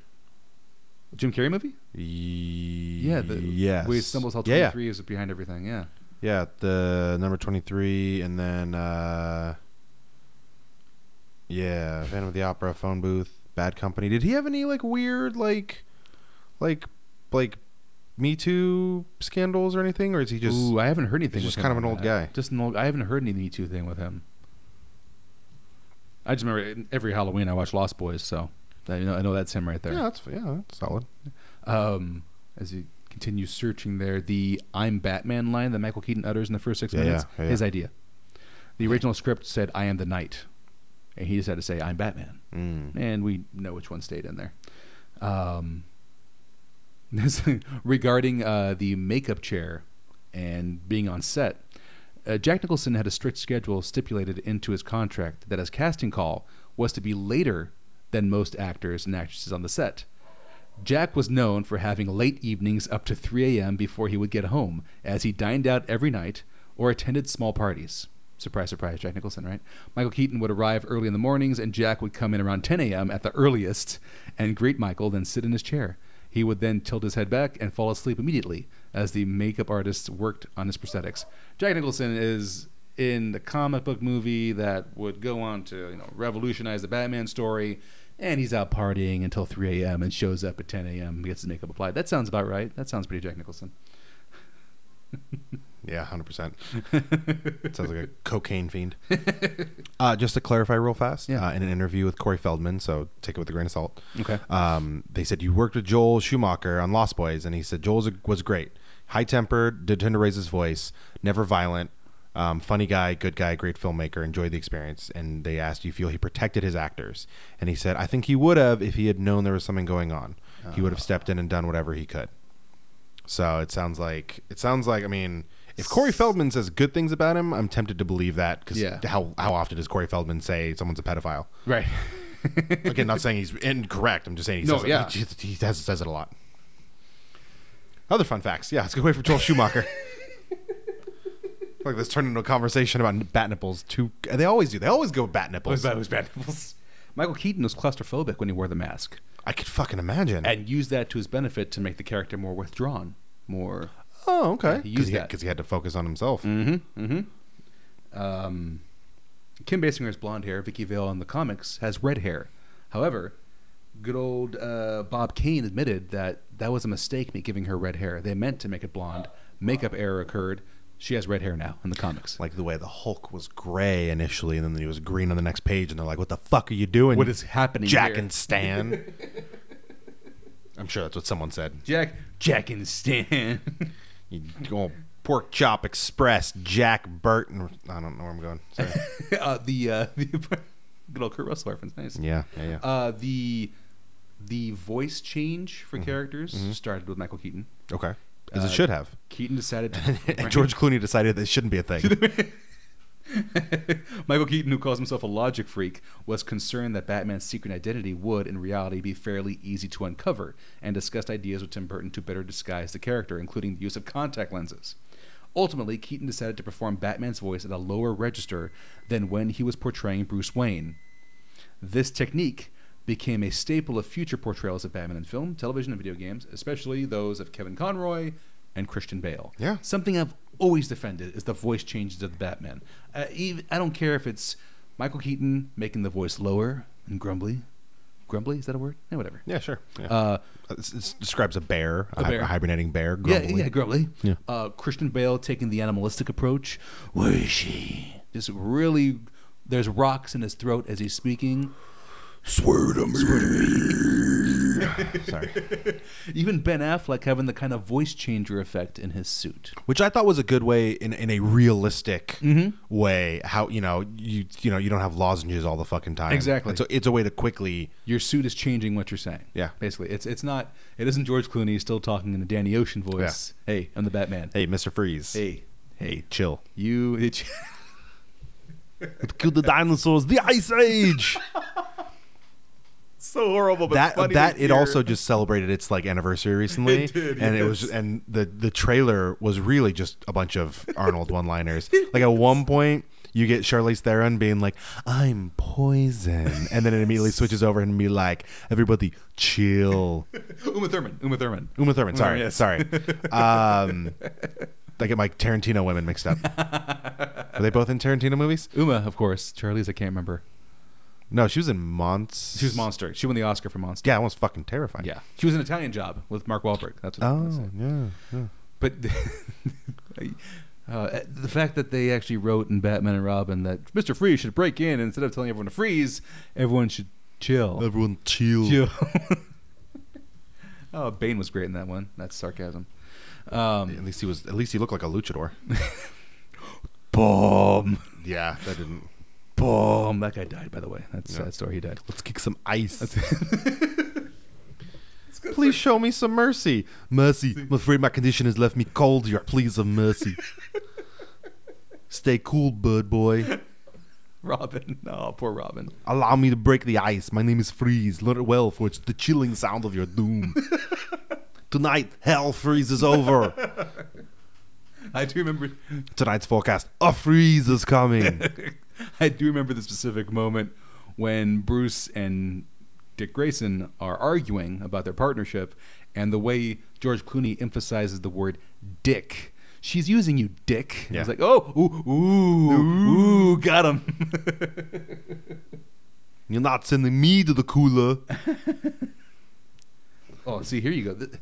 [SPEAKER 2] Jim Carrey movie?
[SPEAKER 1] Yeah,
[SPEAKER 2] Yeah.
[SPEAKER 1] yes.
[SPEAKER 2] Where he stumbles how
[SPEAKER 1] Yeah, yeah.
[SPEAKER 2] 23 is behind everything. Yeah.
[SPEAKER 1] Yeah, the number 23, and then, uh, yeah, Phantom of the Opera, Phone Booth, Bad Company. Did he have any, like, weird, like, like, like, Me Too scandals or anything? Or is he just.
[SPEAKER 2] Ooh, I haven't heard anything.
[SPEAKER 1] just
[SPEAKER 2] with him
[SPEAKER 1] kind of an
[SPEAKER 2] on
[SPEAKER 1] old
[SPEAKER 2] that.
[SPEAKER 1] guy.
[SPEAKER 2] Just an old. I haven't heard any Me Too thing with him. I just remember every Halloween I watch Lost Boys, so I know, I know that's him right there.
[SPEAKER 1] yeah, that's, yeah, that's solid.
[SPEAKER 2] Um, as he continues searching there, the "I'm Batman" line that Michael Keaton utters in the first six
[SPEAKER 1] Yeah, yeah,
[SPEAKER 2] minutes,
[SPEAKER 1] yeah, yeah.
[SPEAKER 2] his idea. The original script said "I am the Knight," and he just had to say "I'm Batman,"
[SPEAKER 1] Mm.
[SPEAKER 2] and we know which one stayed in there. Um, this- regarding uh, the makeup chair and being on set, uh, Jack Nicholson had a strict schedule stipulated into his contract that his casting call was to be later than most actors and actresses on the set. Jack was known for having late evenings up to 3 a.m. before he would get home, as he dined out every night or attended small parties. Surprise, surprise, Jack Nicholson, right? Michael Keaton would arrive early in the mornings, and Jack would come in around 10 a.m. at the earliest and greet Michael, then sit in his chair. He would then tilt his head back and fall asleep immediately as the makeup artist worked on his prosthetics. Jack Nicholson is in the comic book movie that would go on to you know revolutionize the Batman story, and he's out partying until 3 a.m. and shows up at 10 a.m. gets his makeup applied. That sounds about right. That sounds pretty Jack Nicholson.
[SPEAKER 1] Yeah, hundred percent. Sounds like a cocaine fiend. Uh, just to clarify, real fast,
[SPEAKER 2] Yeah.
[SPEAKER 1] uh, in an interview with Corey Feldman, so take it with a grain of salt.
[SPEAKER 2] Okay.
[SPEAKER 1] Um, they said you worked with Joel Schumacher on Lost Boys, and he said Joel was great, high tempered, did tend to raise his voice, never violent, um, funny guy, good guy, great filmmaker. Enjoyed the experience. And they asked, do you feel he protected his actors? And he said, I think he would have if he had known there was something going on. He
[SPEAKER 2] Ah.
[SPEAKER 1] would have stepped in and done whatever he could. So it sounds like it sounds like I mean, if Corey Feldman says good things about him, I'm tempted to believe that because
[SPEAKER 2] Yeah.
[SPEAKER 1] how how often does Corey Feldman say someone's a pedophile?
[SPEAKER 2] Right.
[SPEAKER 1] Again, not saying he's incorrect. I'm just saying he
[SPEAKER 2] No,
[SPEAKER 1] says
[SPEAKER 2] yeah.
[SPEAKER 1] it. He, he says, says it a lot. Other fun facts. Yeah, let's get away from Joel Schumacher. like this turned into a conversation about bat nipples. Too. They always do. They always go bat nipples.
[SPEAKER 2] was bad nipples. Michael Keaton was claustrophobic when he wore the mask
[SPEAKER 1] I could fucking imagine.
[SPEAKER 2] and used that to his benefit to make the character more withdrawn, more.
[SPEAKER 1] oh, okay.
[SPEAKER 2] Yeah, he used
[SPEAKER 1] Because he,
[SPEAKER 2] that.
[SPEAKER 1] because he had to focus on himself.
[SPEAKER 2] Mm-hmm. Mm-hmm. Um, Kim Basinger's blonde hair, Vicky Vale in the comics, has red hair. However, good old uh, Bob Kane admitted that that was a mistake, me giving her red hair. They meant to make it blonde. Makeup error occurred. She has red hair now in the comics.
[SPEAKER 1] like the way the Hulk was gray initially, and then he was green on the next page, and they're like, "What the fuck are you doing?
[SPEAKER 2] What is happening
[SPEAKER 1] Jack
[SPEAKER 2] here?
[SPEAKER 1] and Stan?" I'm sure that's what someone said.
[SPEAKER 2] Jack, Jack and Stan.
[SPEAKER 1] You go pork chop express, Jack Burton. I don't know where I'm going. Sorry.
[SPEAKER 2] uh, the uh, the good old Kurt Russell reference, nice.
[SPEAKER 1] yeah, yeah, yeah.
[SPEAKER 2] Uh, the the voice change
[SPEAKER 1] Mm-hmm.
[SPEAKER 2] for characters started with Michael Keaton.
[SPEAKER 1] okay, as
[SPEAKER 2] uh,
[SPEAKER 1] it should have.
[SPEAKER 2] Keaton decided to
[SPEAKER 1] and George Clooney decided this shouldn't be a thing.
[SPEAKER 2] Michael Keaton, who calls himself a logic freak, was concerned that Batman's secret identity would, in reality, be fairly easy to uncover, and discussed ideas with Tim Burton to better disguise the character, including the use of contact lenses. Ultimately, Keaton decided to perform Batman's voice at a lower register than when he was portraying Bruce Wayne. This technique became a staple of future portrayals of Batman in film, television, and video games, especially those of Kevin Conroy and Christian Bale.
[SPEAKER 1] Yeah.
[SPEAKER 2] Something I've always defended is the voice changes of the Batman. Uh, even, I don't care if it's Michael Keaton making the voice lower and grumbly. Grumbly, is that a word? Yeah, whatever.
[SPEAKER 1] yeah, sure. Yeah.
[SPEAKER 2] Uh,
[SPEAKER 1] It's- it's- describes a bear, a,
[SPEAKER 2] a
[SPEAKER 1] hi-
[SPEAKER 2] bear.
[SPEAKER 1] a hibernating bear.
[SPEAKER 2] yeah,
[SPEAKER 1] Grumbly.
[SPEAKER 2] yeah, grumbly.
[SPEAKER 1] Yeah.
[SPEAKER 2] Uh, Christian Bale taking the animalistic approach. Where is she? Just really, there's rocks in his throat as he's speaking.
[SPEAKER 1] Swear to me. Sorry.
[SPEAKER 2] Even Ben Affleck having the kind of voice changer effect in his suit.
[SPEAKER 1] which I thought was a good way in, in a realistic way. How you know you you know you don't have lozenges all the fucking time.
[SPEAKER 2] Exactly.
[SPEAKER 1] And so it's a way to quickly.
[SPEAKER 2] Your suit is changing what you're saying.
[SPEAKER 1] Yeah.
[SPEAKER 2] Basically, it's it's not it isn't George Clooney still talking in the Danny Ocean voice. Hey, I'm the Batman.
[SPEAKER 1] Hey, Mister Freeze.
[SPEAKER 2] Hey,
[SPEAKER 1] hey, chill.
[SPEAKER 2] you. It,
[SPEAKER 1] Kill the dinosaurs. The Ice Age.
[SPEAKER 2] so horrible. But
[SPEAKER 1] that that it also just celebrated its like anniversary recently,
[SPEAKER 2] It did,
[SPEAKER 1] and it was
[SPEAKER 2] yes.
[SPEAKER 1] and the the trailer was really just a bunch of Arnold one liners. Like at one point. You get Charlize Theron being like, "I'm poison," and then it immediately switches over and be like, "Everybody, chill."
[SPEAKER 2] Uma Thurman. Uma Thurman.
[SPEAKER 1] Uma Thurman. Sorry,
[SPEAKER 2] yes.
[SPEAKER 1] sorry. Um, I get my Tarantino women mixed up. Are they both in Tarantino movies?
[SPEAKER 2] Uma, of course. Charlie's. I can't remember.
[SPEAKER 1] No, she was in Monst.
[SPEAKER 2] She was Monster. She won the Oscar for Monster.
[SPEAKER 1] Yeah, that was fucking terrifying.
[SPEAKER 2] Yeah. She was an Italian job with Mark Wahlberg. That's what I
[SPEAKER 1] Oh
[SPEAKER 2] was saying.
[SPEAKER 1] yeah. yeah.
[SPEAKER 2] But uh, the fact that they actually wrote in Batman and Robin that Mister Freeze should break in and instead of telling everyone to freeze, everyone should chill.
[SPEAKER 1] Everyone chill.
[SPEAKER 2] oh, Bane was great in that one. That's sarcasm. Um,
[SPEAKER 1] At least he was. At least he looked like a luchador.
[SPEAKER 2] boom,
[SPEAKER 1] yeah, that didn't.
[SPEAKER 2] boom. That guy died, by the way. That's
[SPEAKER 1] Yeah.
[SPEAKER 2] that story. He died.
[SPEAKER 1] Let's kick some ice. Please show me some mercy. Mercy. I'm afraid my condition has left me cold. Your pleas of mercy. Stay cool, bird boy.
[SPEAKER 2] Robin. Oh, poor Robin.
[SPEAKER 1] Allow me to break the ice. My name is Freeze. Learn it well, for it's the chilling sound of your doom. Tonight, hell freezes over.
[SPEAKER 2] I do remember
[SPEAKER 1] Tonight's forecast: a freeze is coming.
[SPEAKER 2] I do remember the specific moment when Bruce and Dick Grayson are arguing about their partnership and the way George Clooney emphasizes the word dick. She's using you, dick.
[SPEAKER 1] Yeah.
[SPEAKER 2] It's like, oh, ooh, ooh, ooh, got him.
[SPEAKER 1] You're not sending me to the cooler.
[SPEAKER 2] oh, see, here you go. Th-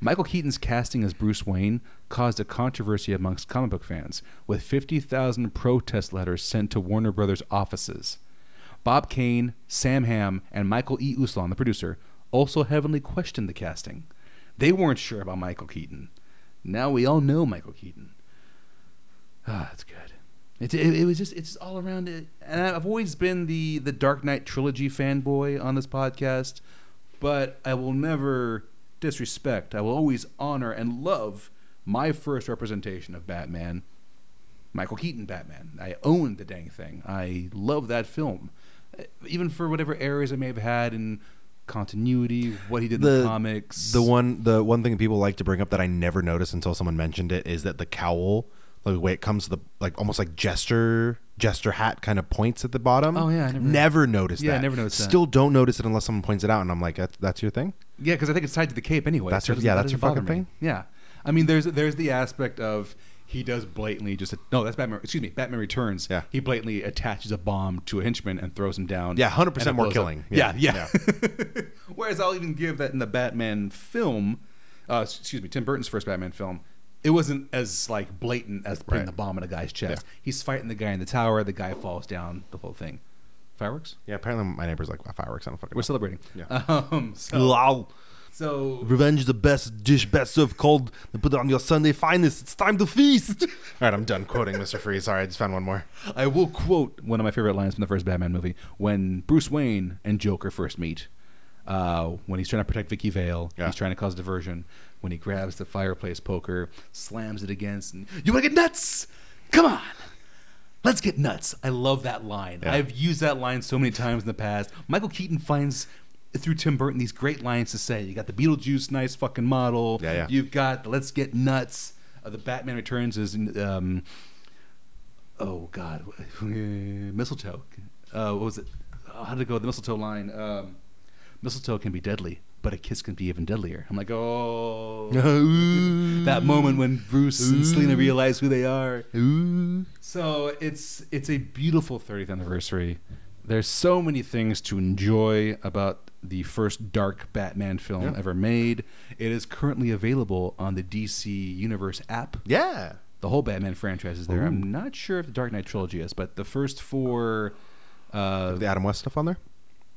[SPEAKER 2] Michael Keaton's casting as Bruce Wayne caused a controversy amongst comic book fans, with 50,000 protest letters sent to Warner Brothers offices. Bob Kane, Sam Hamm, and Michael E. Uslan, the producer, also heavily questioned the casting. They weren't sure about Michael Keaton. Now we all know Michael Keaton. Ah, that's good. It, it, it was just it's all around it, and I've always been the the Dark Knight trilogy fanboy on this podcast, but I will never disrespect. I will always honor and love my first representation of Batman, Michael Keaton Batman. I own the dang thing. I love that film, Uh, even for whatever errors I may have had in continuity, what he did in
[SPEAKER 1] The-
[SPEAKER 2] the comics.
[SPEAKER 1] The one, the one thing people like to bring up that I never noticed until someone mentioned it is that the cowl, like the way it comes to the like almost like gesture gesture hat kind of points at the bottom.
[SPEAKER 2] Oh, yeah, I never-
[SPEAKER 1] never, noticed
[SPEAKER 2] Yeah, I
[SPEAKER 1] that.
[SPEAKER 2] never noticed that.
[SPEAKER 1] Still don't notice it unless someone points it out, and I'm like, that's, that's your thing.
[SPEAKER 2] Yeah, because I think it's tied to the cape anyway.
[SPEAKER 1] That's
[SPEAKER 2] so
[SPEAKER 1] your-
[SPEAKER 2] it doesn't-
[SPEAKER 1] yeah,
[SPEAKER 2] that
[SPEAKER 1] that's your
[SPEAKER 2] doesn't
[SPEAKER 1] fucking
[SPEAKER 2] bother me.
[SPEAKER 1] thing?
[SPEAKER 2] Yeah, I mean, there's there's the aspect of he does blatantly just no, that's Batman. Excuse me, Batman Returns.
[SPEAKER 1] Yeah.
[SPEAKER 2] he blatantly attaches a bomb to a henchman and throws him down.
[SPEAKER 1] Yeah, 100%
[SPEAKER 2] and it
[SPEAKER 1] more
[SPEAKER 2] blows
[SPEAKER 1] killing.
[SPEAKER 2] up. Yeah,
[SPEAKER 1] Yeah,
[SPEAKER 2] yeah. Whereas I'll even give that in the Batman film, uh, s- excuse me, Tim Burton's first Batman film. It wasn't as like blatant as putting
[SPEAKER 1] Right.
[SPEAKER 2] the bomb in a guy's chest. He's fighting the guy in the tower. The guy falls down. The whole thing. Fireworks.
[SPEAKER 1] Yeah, apparently my neighbor's like fireworks. I don't fucking.
[SPEAKER 2] We're celebrating.
[SPEAKER 1] Yeah.
[SPEAKER 2] Um, so,
[SPEAKER 1] Lol.
[SPEAKER 2] so
[SPEAKER 1] Revenge is the best dish, best served cold. Then put it on your Sunday finest. It's time to feast. All right, I'm done quoting Mr. Freeze. Sorry, I just found one more.
[SPEAKER 2] I will quote one of my favorite lines from the first Batman movie when Bruce Wayne and Joker first meet. Uh, when he's trying to protect Vicky Vale,
[SPEAKER 1] Yeah.
[SPEAKER 2] he's trying to cause diversion. When he grabs the fireplace poker, slams it against, and you want to get nuts? Come on, let's get nuts. I love that line.
[SPEAKER 1] Yeah.
[SPEAKER 2] I've used that line so many times in the past. Michael Keaton finds through Tim Burton these great lines to say. You got the Beetlejuice, nice fucking model.
[SPEAKER 1] Yeah, yeah.
[SPEAKER 2] You've got the Let's Get Nuts. Uh, the Batman Returns is um, oh god mistletoe uh, what was it Oh, how did it go the mistletoe line um, mistletoe can be deadly but a kiss can be even deadlier i'm like oh that moment when bruce and selena realize who they are
[SPEAKER 1] Ooh.
[SPEAKER 2] so it's it's a beautiful 30th anniversary there's so many things to enjoy about the first dark batman film
[SPEAKER 1] Yeah.
[SPEAKER 2] ever made it is currently available on the dc universe app
[SPEAKER 1] Yeah.
[SPEAKER 2] the whole Batman franchise is there.
[SPEAKER 1] Ooh.
[SPEAKER 2] I'm not sure if the Dark Knight trilogy is, but the first four, uh,
[SPEAKER 1] The Adam West stuff on there.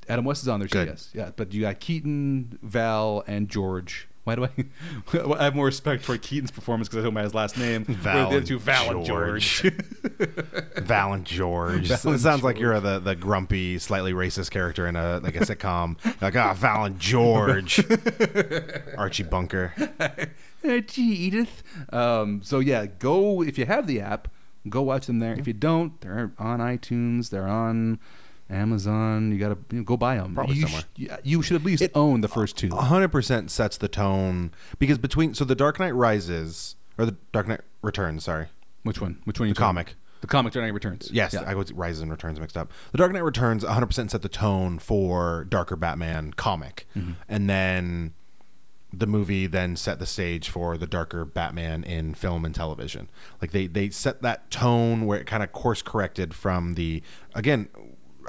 [SPEAKER 2] Adam West is on there. so
[SPEAKER 1] Good.
[SPEAKER 2] Yes, yeah. But you got Keaton, Val, and George. Why do I? I have more respect for Keaton's performance because I don't know his last name.
[SPEAKER 1] Val
[SPEAKER 2] Whereas the other
[SPEAKER 1] and
[SPEAKER 2] two, Val and George.
[SPEAKER 1] Val and George.
[SPEAKER 2] Val and
[SPEAKER 1] it sounds like you're the, the grumpy, slightly racist character in a like a sitcom. like ah, Val and George, Archie Bunker.
[SPEAKER 2] Uh, Gee, Edith. Um, so yeah, go if you have the app, go watch them there. If you don't, they're on iTunes. They're on. Amazon, you gotta you know, go buy them.
[SPEAKER 1] Probably
[SPEAKER 2] you
[SPEAKER 1] somewhere.
[SPEAKER 2] Sh- you should at least own the first two.
[SPEAKER 1] 100% sets the tone because between so the Dark Knight Rises or the Dark Knight Returns, sorry.
[SPEAKER 2] Which one? Which one? The
[SPEAKER 1] comic.
[SPEAKER 2] The comic Dark Knight Returns.
[SPEAKER 1] Yes,
[SPEAKER 2] Yeah.
[SPEAKER 1] I was Rises and Returns mixed up. The Dark Knight Returns 100% set the tone for darker Batman comic.
[SPEAKER 2] Mm-hmm.
[SPEAKER 1] And then the movie then set the stage for the darker Batman in film and television. Like they they set that tone where it kind of course corrected from the again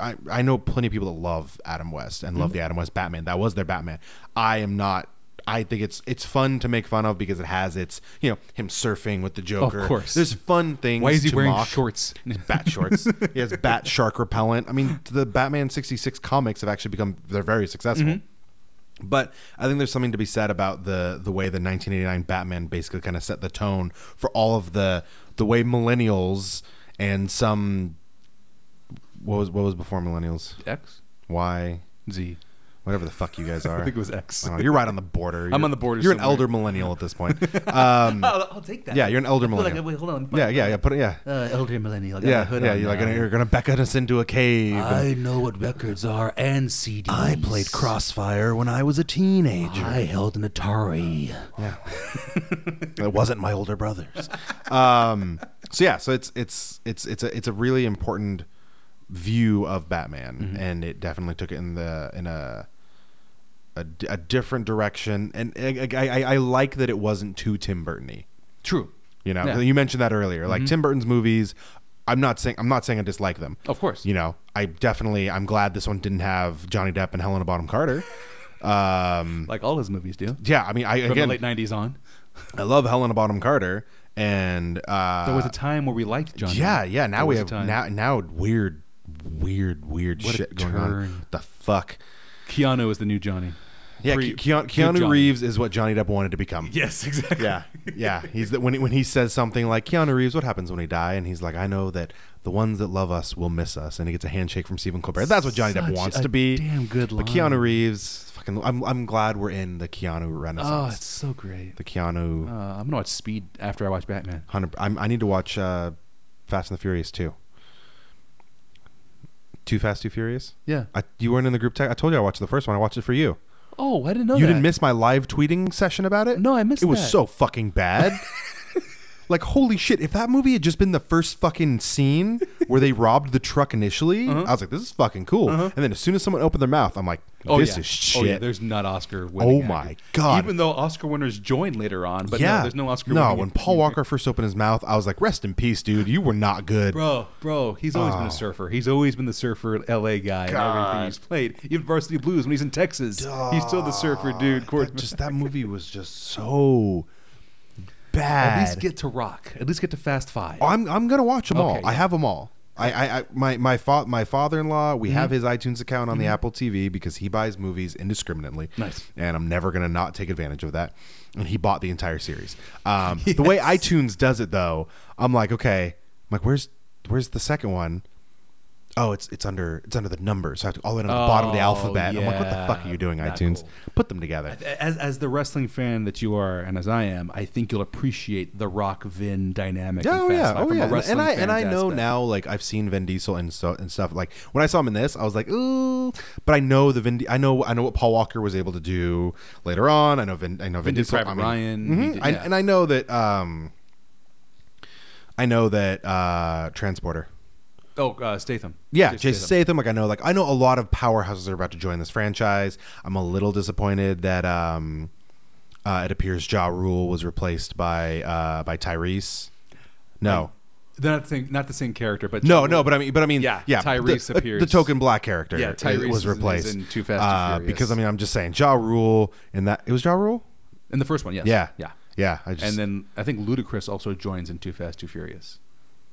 [SPEAKER 1] I, I know plenty of people that love Adam West and
[SPEAKER 2] Mm-hmm.
[SPEAKER 1] love the Adam West Batman. That was their Batman. I am not I think it's it's fun to make fun of because it has its you know him surfing with the Joker.
[SPEAKER 2] course.
[SPEAKER 1] there's fun things.
[SPEAKER 2] Why is he
[SPEAKER 1] to
[SPEAKER 2] wearing
[SPEAKER 1] mock
[SPEAKER 2] shorts?
[SPEAKER 1] bat shorts. he has bat shark repellent. I mean, the Batman 66 comics have actually become they're very successful.
[SPEAKER 2] Mm-hmm.
[SPEAKER 1] But I think there's something to be said about the the way the 1989 Batman basically kind of set the tone for all of the the way millennials and some what was what was before millennials?
[SPEAKER 2] X
[SPEAKER 1] Why?
[SPEAKER 2] Z
[SPEAKER 1] whatever the fuck you guys are.
[SPEAKER 2] I think it was X.
[SPEAKER 1] Oh, you're right on the border. You're-
[SPEAKER 2] on the border
[SPEAKER 1] You're an
[SPEAKER 2] somewhere.
[SPEAKER 1] elder millennial at this point. Um,
[SPEAKER 2] Oh, I'll, I'll take that.
[SPEAKER 1] yeah, you're an elder
[SPEAKER 2] I feel like,
[SPEAKER 1] millennial.
[SPEAKER 2] wait, hold on.
[SPEAKER 1] yeah, yeah, yeah. Put it. Yeah,
[SPEAKER 2] Uh, elder millennial. I got my
[SPEAKER 1] yeah,
[SPEAKER 2] hood
[SPEAKER 1] yeah.
[SPEAKER 2] on
[SPEAKER 1] You're like
[SPEAKER 2] now.
[SPEAKER 1] gonna, you're gonna beckon us into a cave. and-
[SPEAKER 2] I know what records are and CDs.
[SPEAKER 1] I played Crossfire when I was a teenager.
[SPEAKER 2] I held an Atari.
[SPEAKER 1] Yeah, it wasn't my older brothers. Um, so yeah, so it's it's it's it's a it's a really important view of Batman,
[SPEAKER 2] Mm-hmm.
[SPEAKER 1] and it definitely took it in the in a a, di- a different direction. And I, I I- I like that it wasn't too Tim Burton-y.
[SPEAKER 2] True.
[SPEAKER 1] You know,
[SPEAKER 2] Yeah. Mm-hmm.
[SPEAKER 1] you mentioned that earlier. Like Tim Burton's movies, I'm not saying I'm not saying I dislike them.
[SPEAKER 2] Of course.
[SPEAKER 1] You know, I definitely I'm glad this one didn't have Johnny Depp and Helena Bonham Carter. Um,
[SPEAKER 2] Like all his movies do.
[SPEAKER 1] yeah, I mean, I
[SPEAKER 2] From
[SPEAKER 1] again,
[SPEAKER 2] the late 90s on.
[SPEAKER 1] I love Helena Bonham Carter, and uh,
[SPEAKER 2] There was a time where we liked John.
[SPEAKER 1] yeah, yeah. Now
[SPEAKER 2] There
[SPEAKER 1] we
[SPEAKER 2] was a
[SPEAKER 1] have
[SPEAKER 2] time.
[SPEAKER 1] now now weird, weird, weird
[SPEAKER 2] What a
[SPEAKER 1] shit going on.
[SPEAKER 2] turn.
[SPEAKER 1] The fuck.
[SPEAKER 2] Keanu is the new Johnny.
[SPEAKER 1] Yeah,
[SPEAKER 2] Pre-
[SPEAKER 1] Keanu,
[SPEAKER 2] pre-
[SPEAKER 1] Keanu
[SPEAKER 2] Johnny.
[SPEAKER 1] Reeves is what Johnny Depp wanted to become.
[SPEAKER 2] Yes, exactly.
[SPEAKER 1] Yeah, yeah. He's the, when he, when he says something like Keanu Reeves, what happens when we die? And he's like, I know that the ones that love us will miss us, and he gets a handshake from Stephen Colbert. That's what Johnny Depp
[SPEAKER 2] Such
[SPEAKER 1] wants
[SPEAKER 2] a
[SPEAKER 1] to be.
[SPEAKER 2] damn good
[SPEAKER 1] But
[SPEAKER 2] line.
[SPEAKER 1] Keanu Reeves, fucking, I'm I'm glad we're in the Keanu
[SPEAKER 2] Oh,
[SPEAKER 1] Renaissance.
[SPEAKER 2] it's so great.
[SPEAKER 1] the Keanu.
[SPEAKER 2] Uh, I'm gonna watch Speed after I watch Batman.
[SPEAKER 1] Hundred. I'm, I need to watch uh, Fast and the Furious too. Too Fast, Too Furious.
[SPEAKER 2] Yeah.
[SPEAKER 1] I, you weren't in the group text. I told you I watched the first one. I watched it for you.
[SPEAKER 2] Oh, I didn't know
[SPEAKER 1] you
[SPEAKER 2] that.
[SPEAKER 1] didn't miss my live tweeting session about it.
[SPEAKER 2] No, I missed
[SPEAKER 1] It was
[SPEAKER 2] that.
[SPEAKER 1] so fucking bad. like holy shit! If that movie had just been the first fucking scene where they robbed the truck initially,
[SPEAKER 2] Uh-huh.
[SPEAKER 1] I was like, this is fucking cool. And then as soon as someone opened their mouth, I'm like, this
[SPEAKER 2] Oh, yeah.
[SPEAKER 1] is shit.
[SPEAKER 2] Oh, yeah. There's not Oscar.
[SPEAKER 1] Oh,
[SPEAKER 2] winning
[SPEAKER 1] my
[SPEAKER 2] actors.
[SPEAKER 1] God.
[SPEAKER 2] Even though Oscar winners joined later on, but no, there's no Oscar.
[SPEAKER 1] No,
[SPEAKER 2] winning-
[SPEAKER 1] when Paul Walker first opened his mouth, I was like, "Rest in peace, dude. You were not good."
[SPEAKER 2] Bro, bro, he's always
[SPEAKER 1] Ah.
[SPEAKER 2] been a surfer. He's always been the surfer LA guy and everything he's played. Even Varsity Blues when he's in Texas. He's still the surfer dude.
[SPEAKER 1] That,
[SPEAKER 2] quarterback.
[SPEAKER 1] just that movie was just so bad.
[SPEAKER 2] At least get to rock. At least get to Fast Five.
[SPEAKER 1] I'm I'm gonna watch them all.
[SPEAKER 2] Okay,
[SPEAKER 1] I
[SPEAKER 2] yeah.
[SPEAKER 1] have them all. I, I, I my my fa- my father-in-law.
[SPEAKER 2] Mm-hmm.
[SPEAKER 1] We have his iTunes account on the Apple TV because he buys movies indiscriminately.
[SPEAKER 2] Nice.
[SPEAKER 1] and I'm never gonna not take advantage of that. And he bought the entire series. Um, The way iTunes does it, though, I'm like, okay, I'm like, where's where's the second one? Oh, it's it's under it's under the numbers. So I have to all the way down to the bottom of the
[SPEAKER 2] Oh,
[SPEAKER 1] alphabet. I'm like, what the
[SPEAKER 2] yeah.
[SPEAKER 1] fuck are you doing,
[SPEAKER 2] Not
[SPEAKER 1] iTunes?
[SPEAKER 2] cool.
[SPEAKER 1] Put them together.
[SPEAKER 2] as as the wrestling fan that you are and as I am, I think you'll appreciate the Rock Vin dynamic.
[SPEAKER 1] Yeah,
[SPEAKER 2] in
[SPEAKER 1] oh
[SPEAKER 2] Fast
[SPEAKER 1] yeah,
[SPEAKER 2] Five
[SPEAKER 1] oh
[SPEAKER 2] from a
[SPEAKER 1] yeah. And-
[SPEAKER 2] wrestling
[SPEAKER 1] And
[SPEAKER 2] uh,
[SPEAKER 1] I and I
[SPEAKER 2] fan's
[SPEAKER 1] know
[SPEAKER 2] aspect.
[SPEAKER 1] now, like I've seen Vin Diesel and so and stuff. Like when I saw him in this, I was like, ooh. But I know the Vin. I know I know what Paul Walker was able to do later on. I know Vin. I know Vin,
[SPEAKER 2] did
[SPEAKER 1] Diesel.
[SPEAKER 2] Private
[SPEAKER 1] I mean-
[SPEAKER 2] Ryan,
[SPEAKER 1] Mhm.
[SPEAKER 2] he did-
[SPEAKER 1] I-
[SPEAKER 2] yeah.
[SPEAKER 1] and I know that. um I know that uh transporter.
[SPEAKER 2] Oh, uh, Statham.
[SPEAKER 1] Yeah, Jason Statham. Like I know, like I know a lot of powerhouses are about to join this franchise. I'm a little disappointed that um uh, it appears Ja Rule was replaced by uh by Tyrese. No.
[SPEAKER 2] They're not the same, not the same character, but
[SPEAKER 1] No, no, but I mean, but I mean, yeah,
[SPEAKER 2] Yeah,
[SPEAKER 1] yeah.
[SPEAKER 2] Tyrese
[SPEAKER 1] the,
[SPEAKER 2] appears.
[SPEAKER 1] The token black character,
[SPEAKER 2] Yeah, Tyrese
[SPEAKER 1] was
[SPEAKER 2] is-
[SPEAKER 1] replaced
[SPEAKER 2] is in Too Fast, Too
[SPEAKER 1] Uh,
[SPEAKER 2] Furious.
[SPEAKER 1] because I mean, I'm just saying, Jaw Rule and that it was Jaw Rule.
[SPEAKER 2] in the first one, yes,
[SPEAKER 1] Yeah,
[SPEAKER 2] yeah.
[SPEAKER 1] yeah. I just
[SPEAKER 2] And then I think Ludacris also joins in Too Fast, Too Furious.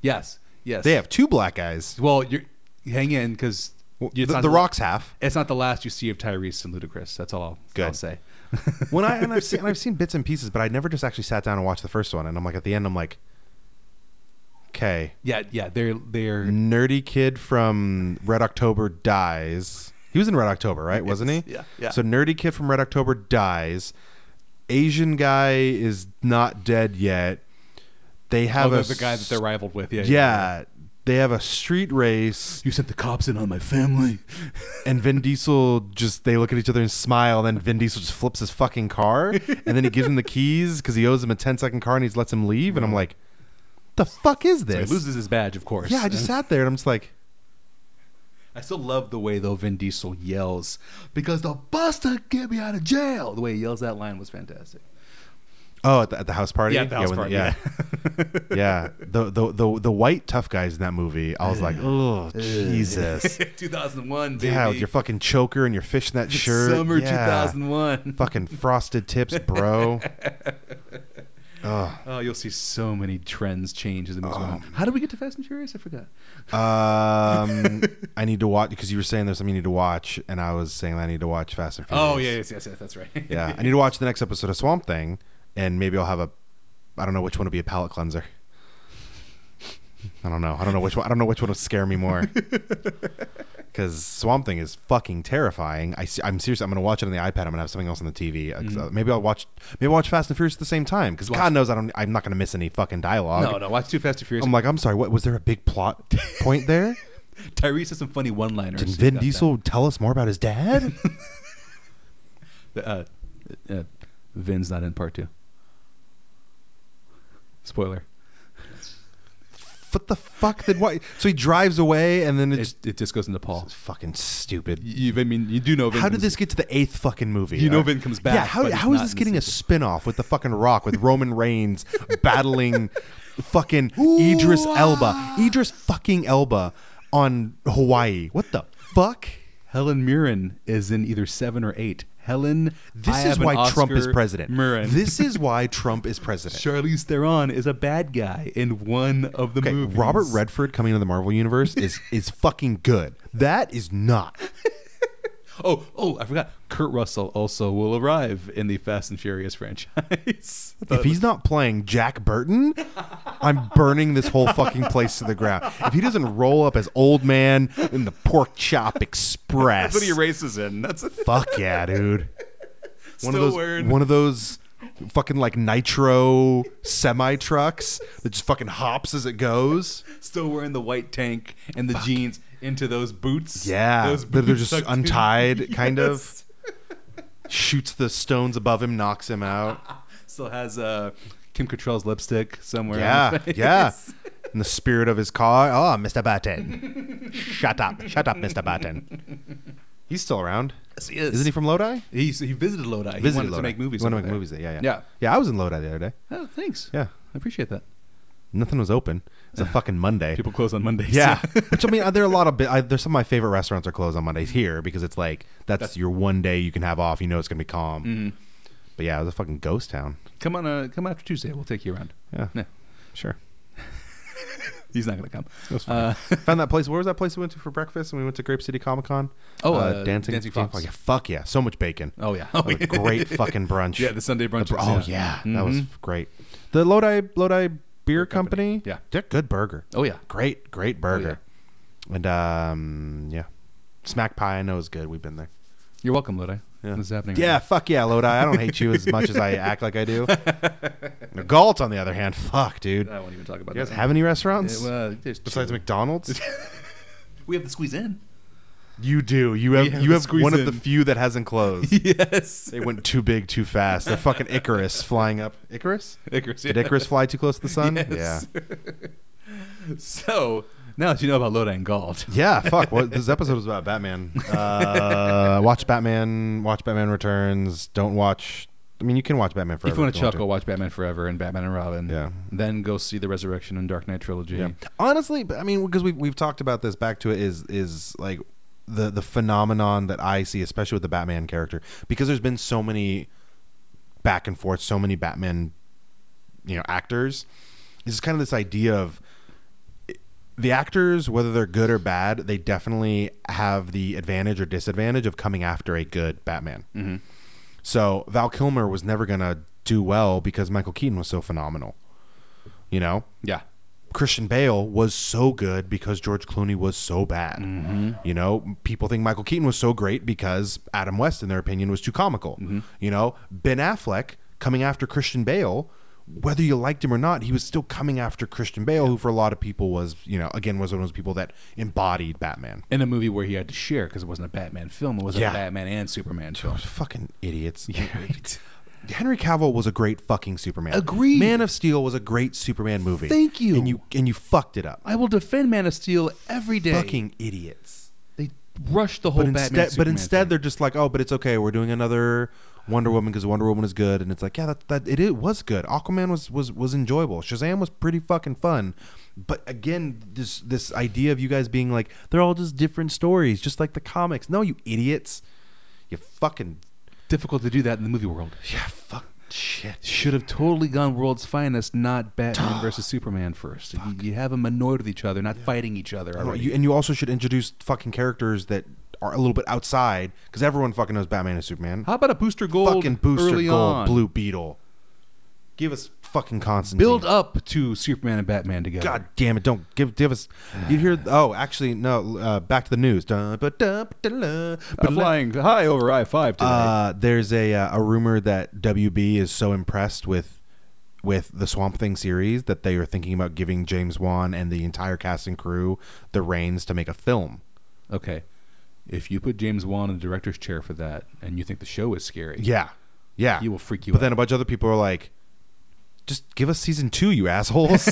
[SPEAKER 2] Yes, yes.
[SPEAKER 1] they have two black guys.
[SPEAKER 2] Well, you hang in because
[SPEAKER 1] The, the Rock's half.
[SPEAKER 2] It's not the last you see of Tyrese and Ludacris. That's all I'll,
[SPEAKER 1] Good.
[SPEAKER 2] I'll say.
[SPEAKER 1] When I and I've seen and I've seen bits and pieces, but I never just actually sat down and watched the first one. And I'm like, at the end, I'm like, okay,
[SPEAKER 2] Yeah, yeah. They're they're
[SPEAKER 1] nerdy kid from Red October dies. He was in Red October, right? Wasn't he?
[SPEAKER 2] Yeah, yeah.
[SPEAKER 1] So nerdy kid from Red October dies. Asian guy is not dead yet. They
[SPEAKER 2] oh,
[SPEAKER 1] have
[SPEAKER 2] the,
[SPEAKER 1] a
[SPEAKER 2] the guy that they're rivaled with. Yeah,
[SPEAKER 1] yeah. They have a street race,
[SPEAKER 2] You sent the cops in on my family.
[SPEAKER 1] and Vin Diesel just they look at each other and smile. And then Vin Diesel just flips his fucking car, and then he gives him the keys because he owes him a 10 second car, and he lets him leave. And I'm like, the fuck is
[SPEAKER 2] Mm. So he
[SPEAKER 1] this?
[SPEAKER 2] loses his badge, of course.
[SPEAKER 1] yeah, I just
[SPEAKER 2] And
[SPEAKER 1] sat there and I'm just like,
[SPEAKER 2] I still love the way though Vin Diesel yells because the buster get me out of jail. The way he yells that line was fantastic.
[SPEAKER 1] Oh, at the, at the house party.
[SPEAKER 2] Yeah, at the house
[SPEAKER 1] when
[SPEAKER 2] party,
[SPEAKER 1] yeah, yeah. The, the the the white tough guys in that movie. I was like, oh Jesus.
[SPEAKER 2] 2001, baby.
[SPEAKER 1] yeah, with your fucking choker and your fishnet shirt.
[SPEAKER 2] Summer
[SPEAKER 1] yeah.
[SPEAKER 2] 2001.
[SPEAKER 1] Fucking frosted tips, bro.
[SPEAKER 2] Oh, you'll see so many trends change as it moves on. How did we get to Fast and Furious? I forgot.
[SPEAKER 1] Um, I need to watch because you were saying there's something you need to watch, and I was saying that I need to watch Fast and Furious.
[SPEAKER 2] Oh, yeah, yes, yes, yes, that's right.
[SPEAKER 1] yeah. I need to watch the next episode of Swamp Thing, and maybe I'll have a, I don't know which one will be a palate cleanser. I don't know. I don't know which one. I don't know which one will scare me more. Because because Swamp Thing is fucking terrifying. I am serious. I'm gonna watch it on the iPad. I'm gonna have something else on the TV. Uh, 'cause,
[SPEAKER 2] Mm.
[SPEAKER 1] uh, maybe I'll watch maybe I'll watch Fast and Furious at the same time because God knows I don't. I'm not gonna miss any fucking dialogue.
[SPEAKER 2] No, no, watch Too Fast and Furious.
[SPEAKER 1] I'm like, I'm sorry. What was there a big plot point there?
[SPEAKER 2] Tyrese has some funny one-liners.
[SPEAKER 1] Did
[SPEAKER 2] You've
[SPEAKER 1] Vin
[SPEAKER 2] got that.
[SPEAKER 1] Diesel tell us more about his dad?
[SPEAKER 2] Uh, uh, Vin's not in part two. Spoiler.
[SPEAKER 1] what the fuck? Then why? So he drives away and then it's
[SPEAKER 2] It, it just goes into Paul.
[SPEAKER 1] it's fucking stupid.
[SPEAKER 2] You, I mean, you do know. Vin
[SPEAKER 1] how did
[SPEAKER 2] comes-
[SPEAKER 1] this get to the eighth fucking movie?
[SPEAKER 2] You know
[SPEAKER 1] Uh,
[SPEAKER 2] Vin comes
[SPEAKER 1] Yeah,
[SPEAKER 2] back,
[SPEAKER 1] how,
[SPEAKER 2] but he's
[SPEAKER 1] how is
[SPEAKER 2] not
[SPEAKER 1] this
[SPEAKER 2] in the
[SPEAKER 1] getting a spin-off with the fucking rock with Roman Reigns battling fucking Idris
[SPEAKER 2] ah.
[SPEAKER 1] Elba. Idris fucking Elba on Hawaii. What the fuck?
[SPEAKER 2] Helen Mirren is in either seven or eight. Helen.
[SPEAKER 1] This
[SPEAKER 2] I
[SPEAKER 1] is
[SPEAKER 2] have an
[SPEAKER 1] why Trump is
[SPEAKER 2] Oscar
[SPEAKER 1] president.
[SPEAKER 2] Mirren.
[SPEAKER 1] This is why Trump is president.
[SPEAKER 2] Charlize Theron is a bad guy in one of the
[SPEAKER 1] Okay,
[SPEAKER 2] movies.
[SPEAKER 1] Robert Redford coming into the Marvel universe is is fucking good. That is not.
[SPEAKER 2] Oh, oh, I forgot. Kurt Russell also will arrive in the Fast and Furious franchise.
[SPEAKER 1] If he's not playing Jack Burton, I'm burning this whole fucking place to the ground. If he doesn't roll up as old man in the pork chop express,
[SPEAKER 2] that's what he races in. That's a,
[SPEAKER 1] fuck yeah, dude. One
[SPEAKER 2] Still
[SPEAKER 1] of those,
[SPEAKER 2] wearing-
[SPEAKER 1] one of those fucking like nitro semi trucks that just fucking hops as it goes.
[SPEAKER 2] still wearing the white tank and the jeans into those boots.
[SPEAKER 1] Yeah,
[SPEAKER 2] those
[SPEAKER 1] but they're
[SPEAKER 2] boots
[SPEAKER 1] just
[SPEAKER 2] tucked in.
[SPEAKER 1] untied, kind
[SPEAKER 2] Yes.
[SPEAKER 1] of. Shoots the stones above him, knocks him out.
[SPEAKER 2] Still has uh, Kim Cattrall's lipstick somewhere. on
[SPEAKER 1] Yeah,
[SPEAKER 2] his face.
[SPEAKER 1] yeah. In the spirit of his car. Oh, Mr. Button. Shut up. Shut up, Mr. Button. He's still around.
[SPEAKER 2] Yes, he is.
[SPEAKER 1] Isn't he from Lodi?
[SPEAKER 2] He, he visited Lodi. he wanted to make movies.
[SPEAKER 1] Wanted to
[SPEAKER 2] over
[SPEAKER 1] make
[SPEAKER 2] there.
[SPEAKER 1] movies there. Yeah, yeah.
[SPEAKER 2] Yeah.
[SPEAKER 1] Yeah, I was in Lodi the other day.
[SPEAKER 2] Oh, thanks.
[SPEAKER 1] Yeah.
[SPEAKER 2] I appreciate that.
[SPEAKER 1] Nothing was open. It's a fucking Monday.
[SPEAKER 2] People close on Mondays.
[SPEAKER 1] yeah. Which I mean, there are a lot of bi- I, there's some of my favorite restaurants are closed on Mondays here because it's like that's, your one day you can have off. You know it's gonna be calm.
[SPEAKER 2] Mm-hmm.
[SPEAKER 1] But yeah, it was a fucking ghost town.
[SPEAKER 2] come on, uh, come after Tuesday. We'll take you around.
[SPEAKER 1] Yeah,
[SPEAKER 2] Yeah.
[SPEAKER 1] sure.
[SPEAKER 2] He's not gonna come.
[SPEAKER 1] That's
[SPEAKER 2] Uh,
[SPEAKER 1] Found that place. Where was that place we went to for breakfast? And we went to Grape City Comic Con.
[SPEAKER 2] Oh, uh, Dancing Fox.
[SPEAKER 1] Oh, Yeah, fuck yeah, so much bacon.
[SPEAKER 2] oh yeah.
[SPEAKER 1] That was a great fucking brunch.
[SPEAKER 2] Yeah, the Sunday brunch. Mm-hmm.
[SPEAKER 1] Br- oh yeah, that was great. The Lodi Lodi Beer Company.
[SPEAKER 2] Company, yeah.
[SPEAKER 1] they're good burger.
[SPEAKER 2] Oh yeah.
[SPEAKER 1] Great, great burger. And um, yeah, Smack Pie I know is good. We've been there.
[SPEAKER 2] You're welcome, Lodi.
[SPEAKER 1] Yeah.
[SPEAKER 2] This is happening. right
[SPEAKER 1] Yeah,
[SPEAKER 2] now.
[SPEAKER 1] fuck yeah, Lodi. I don't hate you as much as I act like I do. Galt, on the other hand, fuck, dude.
[SPEAKER 2] I won't even talk about
[SPEAKER 1] You guys
[SPEAKER 2] that.
[SPEAKER 1] have any restaurants
[SPEAKER 2] Uh, Yeah, well, there's
[SPEAKER 1] besides
[SPEAKER 2] two.
[SPEAKER 1] McDonald's?
[SPEAKER 2] we have to squeeze in.
[SPEAKER 1] You do. You have
[SPEAKER 2] have
[SPEAKER 1] you
[SPEAKER 2] to
[SPEAKER 1] have
[SPEAKER 2] squeeze
[SPEAKER 1] one of the
[SPEAKER 2] in.
[SPEAKER 1] few that hasn't closed.
[SPEAKER 2] yes.
[SPEAKER 1] they went too big, too fast. They're fucking Icarus flying up. Icarus?
[SPEAKER 2] Icarus.
[SPEAKER 1] Did
[SPEAKER 2] yeah.
[SPEAKER 1] Icarus fly too close to the sun?
[SPEAKER 2] Yes. so now that you know about Lodi and Galt,
[SPEAKER 1] Yeah. Yeah. Fuck. What this episode was about Batman. Uh, watch Batman. Watch Batman Returns. Don't watch. I mean, you can watch Batman forever.
[SPEAKER 2] if you want to
[SPEAKER 1] to
[SPEAKER 2] chuckle, watch Batman Forever and Batman and Robin.
[SPEAKER 1] Yeah.
[SPEAKER 2] Then go see the Resurrection and Dark Knight trilogy.
[SPEAKER 1] Yeah. Honestly, but I mean, because we've we've talked about this. Back to it is is like the the phenomenon that I see, especially with the Batman character, because there's been so many back and forth, so many Batman, you know, actors. It's kind of this idea of the actors, whether they're good or bad, they definitely have the advantage or disadvantage of coming after a good Batman. So Val Kilmer was never gonna do well because Michael Keaton was so phenomenal. You know,
[SPEAKER 2] Yeah.
[SPEAKER 1] Christian Bale was so good because George Clooney was so bad.
[SPEAKER 2] Mm-hmm.
[SPEAKER 1] You know, people think Michael Keaton was so great because Adam West, in their opinion, was too comical.
[SPEAKER 2] Mm-hmm.
[SPEAKER 1] You know, Ben Affleck coming after Christian Bale, whether you liked him or not, he was still coming after Christian Bale, who for a lot of people was, you know, again, was one of those people that embodied Batman.
[SPEAKER 2] In a movie where he had to share because it wasn't a Batman film, it was
[SPEAKER 1] Yeah.
[SPEAKER 2] a Batman and Superman film.
[SPEAKER 1] Fucking idiots.
[SPEAKER 2] right.
[SPEAKER 1] Henry Cavill was a great fucking Superman.
[SPEAKER 2] Agreed.
[SPEAKER 1] Man of Steel was a great Superman movie.
[SPEAKER 2] Thank you.
[SPEAKER 1] And you and you fucked it up.
[SPEAKER 2] I will defend Man of Steel every day.
[SPEAKER 1] Fucking idiots.
[SPEAKER 2] they rushed the whole
[SPEAKER 1] but
[SPEAKER 2] Batman.
[SPEAKER 1] instead, but
[SPEAKER 2] Superman
[SPEAKER 1] instead
[SPEAKER 2] thing.
[SPEAKER 1] they're just like, oh, but it's okay. We're doing another Wonder Woman because Wonder Woman is good, and it's like, yeah, that, that it, it was good. Aquaman was was was enjoyable. Shazam was pretty fucking fun. But again, this this idea of you guys being like, they're all just different stories, just like the comics. No, you idiots. You fucking
[SPEAKER 2] difficult to do that in the movie world.
[SPEAKER 1] yeah, fuck shit.
[SPEAKER 2] Should have totally gone world's finest, not Batman versus Superman first. You, you have them annoyed with each other, not fighting each other.
[SPEAKER 1] I don't know,
[SPEAKER 2] already.
[SPEAKER 1] you- and you also should introduce fucking characters that are a little bit outside because everyone fucking knows Batman and Superman.
[SPEAKER 2] How about a Booster Gold
[SPEAKER 1] fucking Booster
[SPEAKER 2] early
[SPEAKER 1] Gold,
[SPEAKER 2] on?
[SPEAKER 1] Blue Beetle. Give us fucking Constantine.
[SPEAKER 2] build up to Superman and Batman together.
[SPEAKER 1] God damn it! Don't give give us. You hear? Oh, actually, no. Uh, back to the news. Dun, ba, dun, ba, dun, la.
[SPEAKER 2] I'm flying high over I five today.
[SPEAKER 1] Uh, there's a uh, a rumor that WB is so impressed with with the Swamp Thing series that they are thinking about giving James Wan and the entire cast and crew the reins to make a film.
[SPEAKER 2] okay, if you put James Wan in the director's chair for that, and you think the show is scary,
[SPEAKER 1] Yeah, yeah.
[SPEAKER 2] he will freak you
[SPEAKER 1] but
[SPEAKER 2] out.
[SPEAKER 1] then a bunch of other people are like, "Just give us season two, you assholes."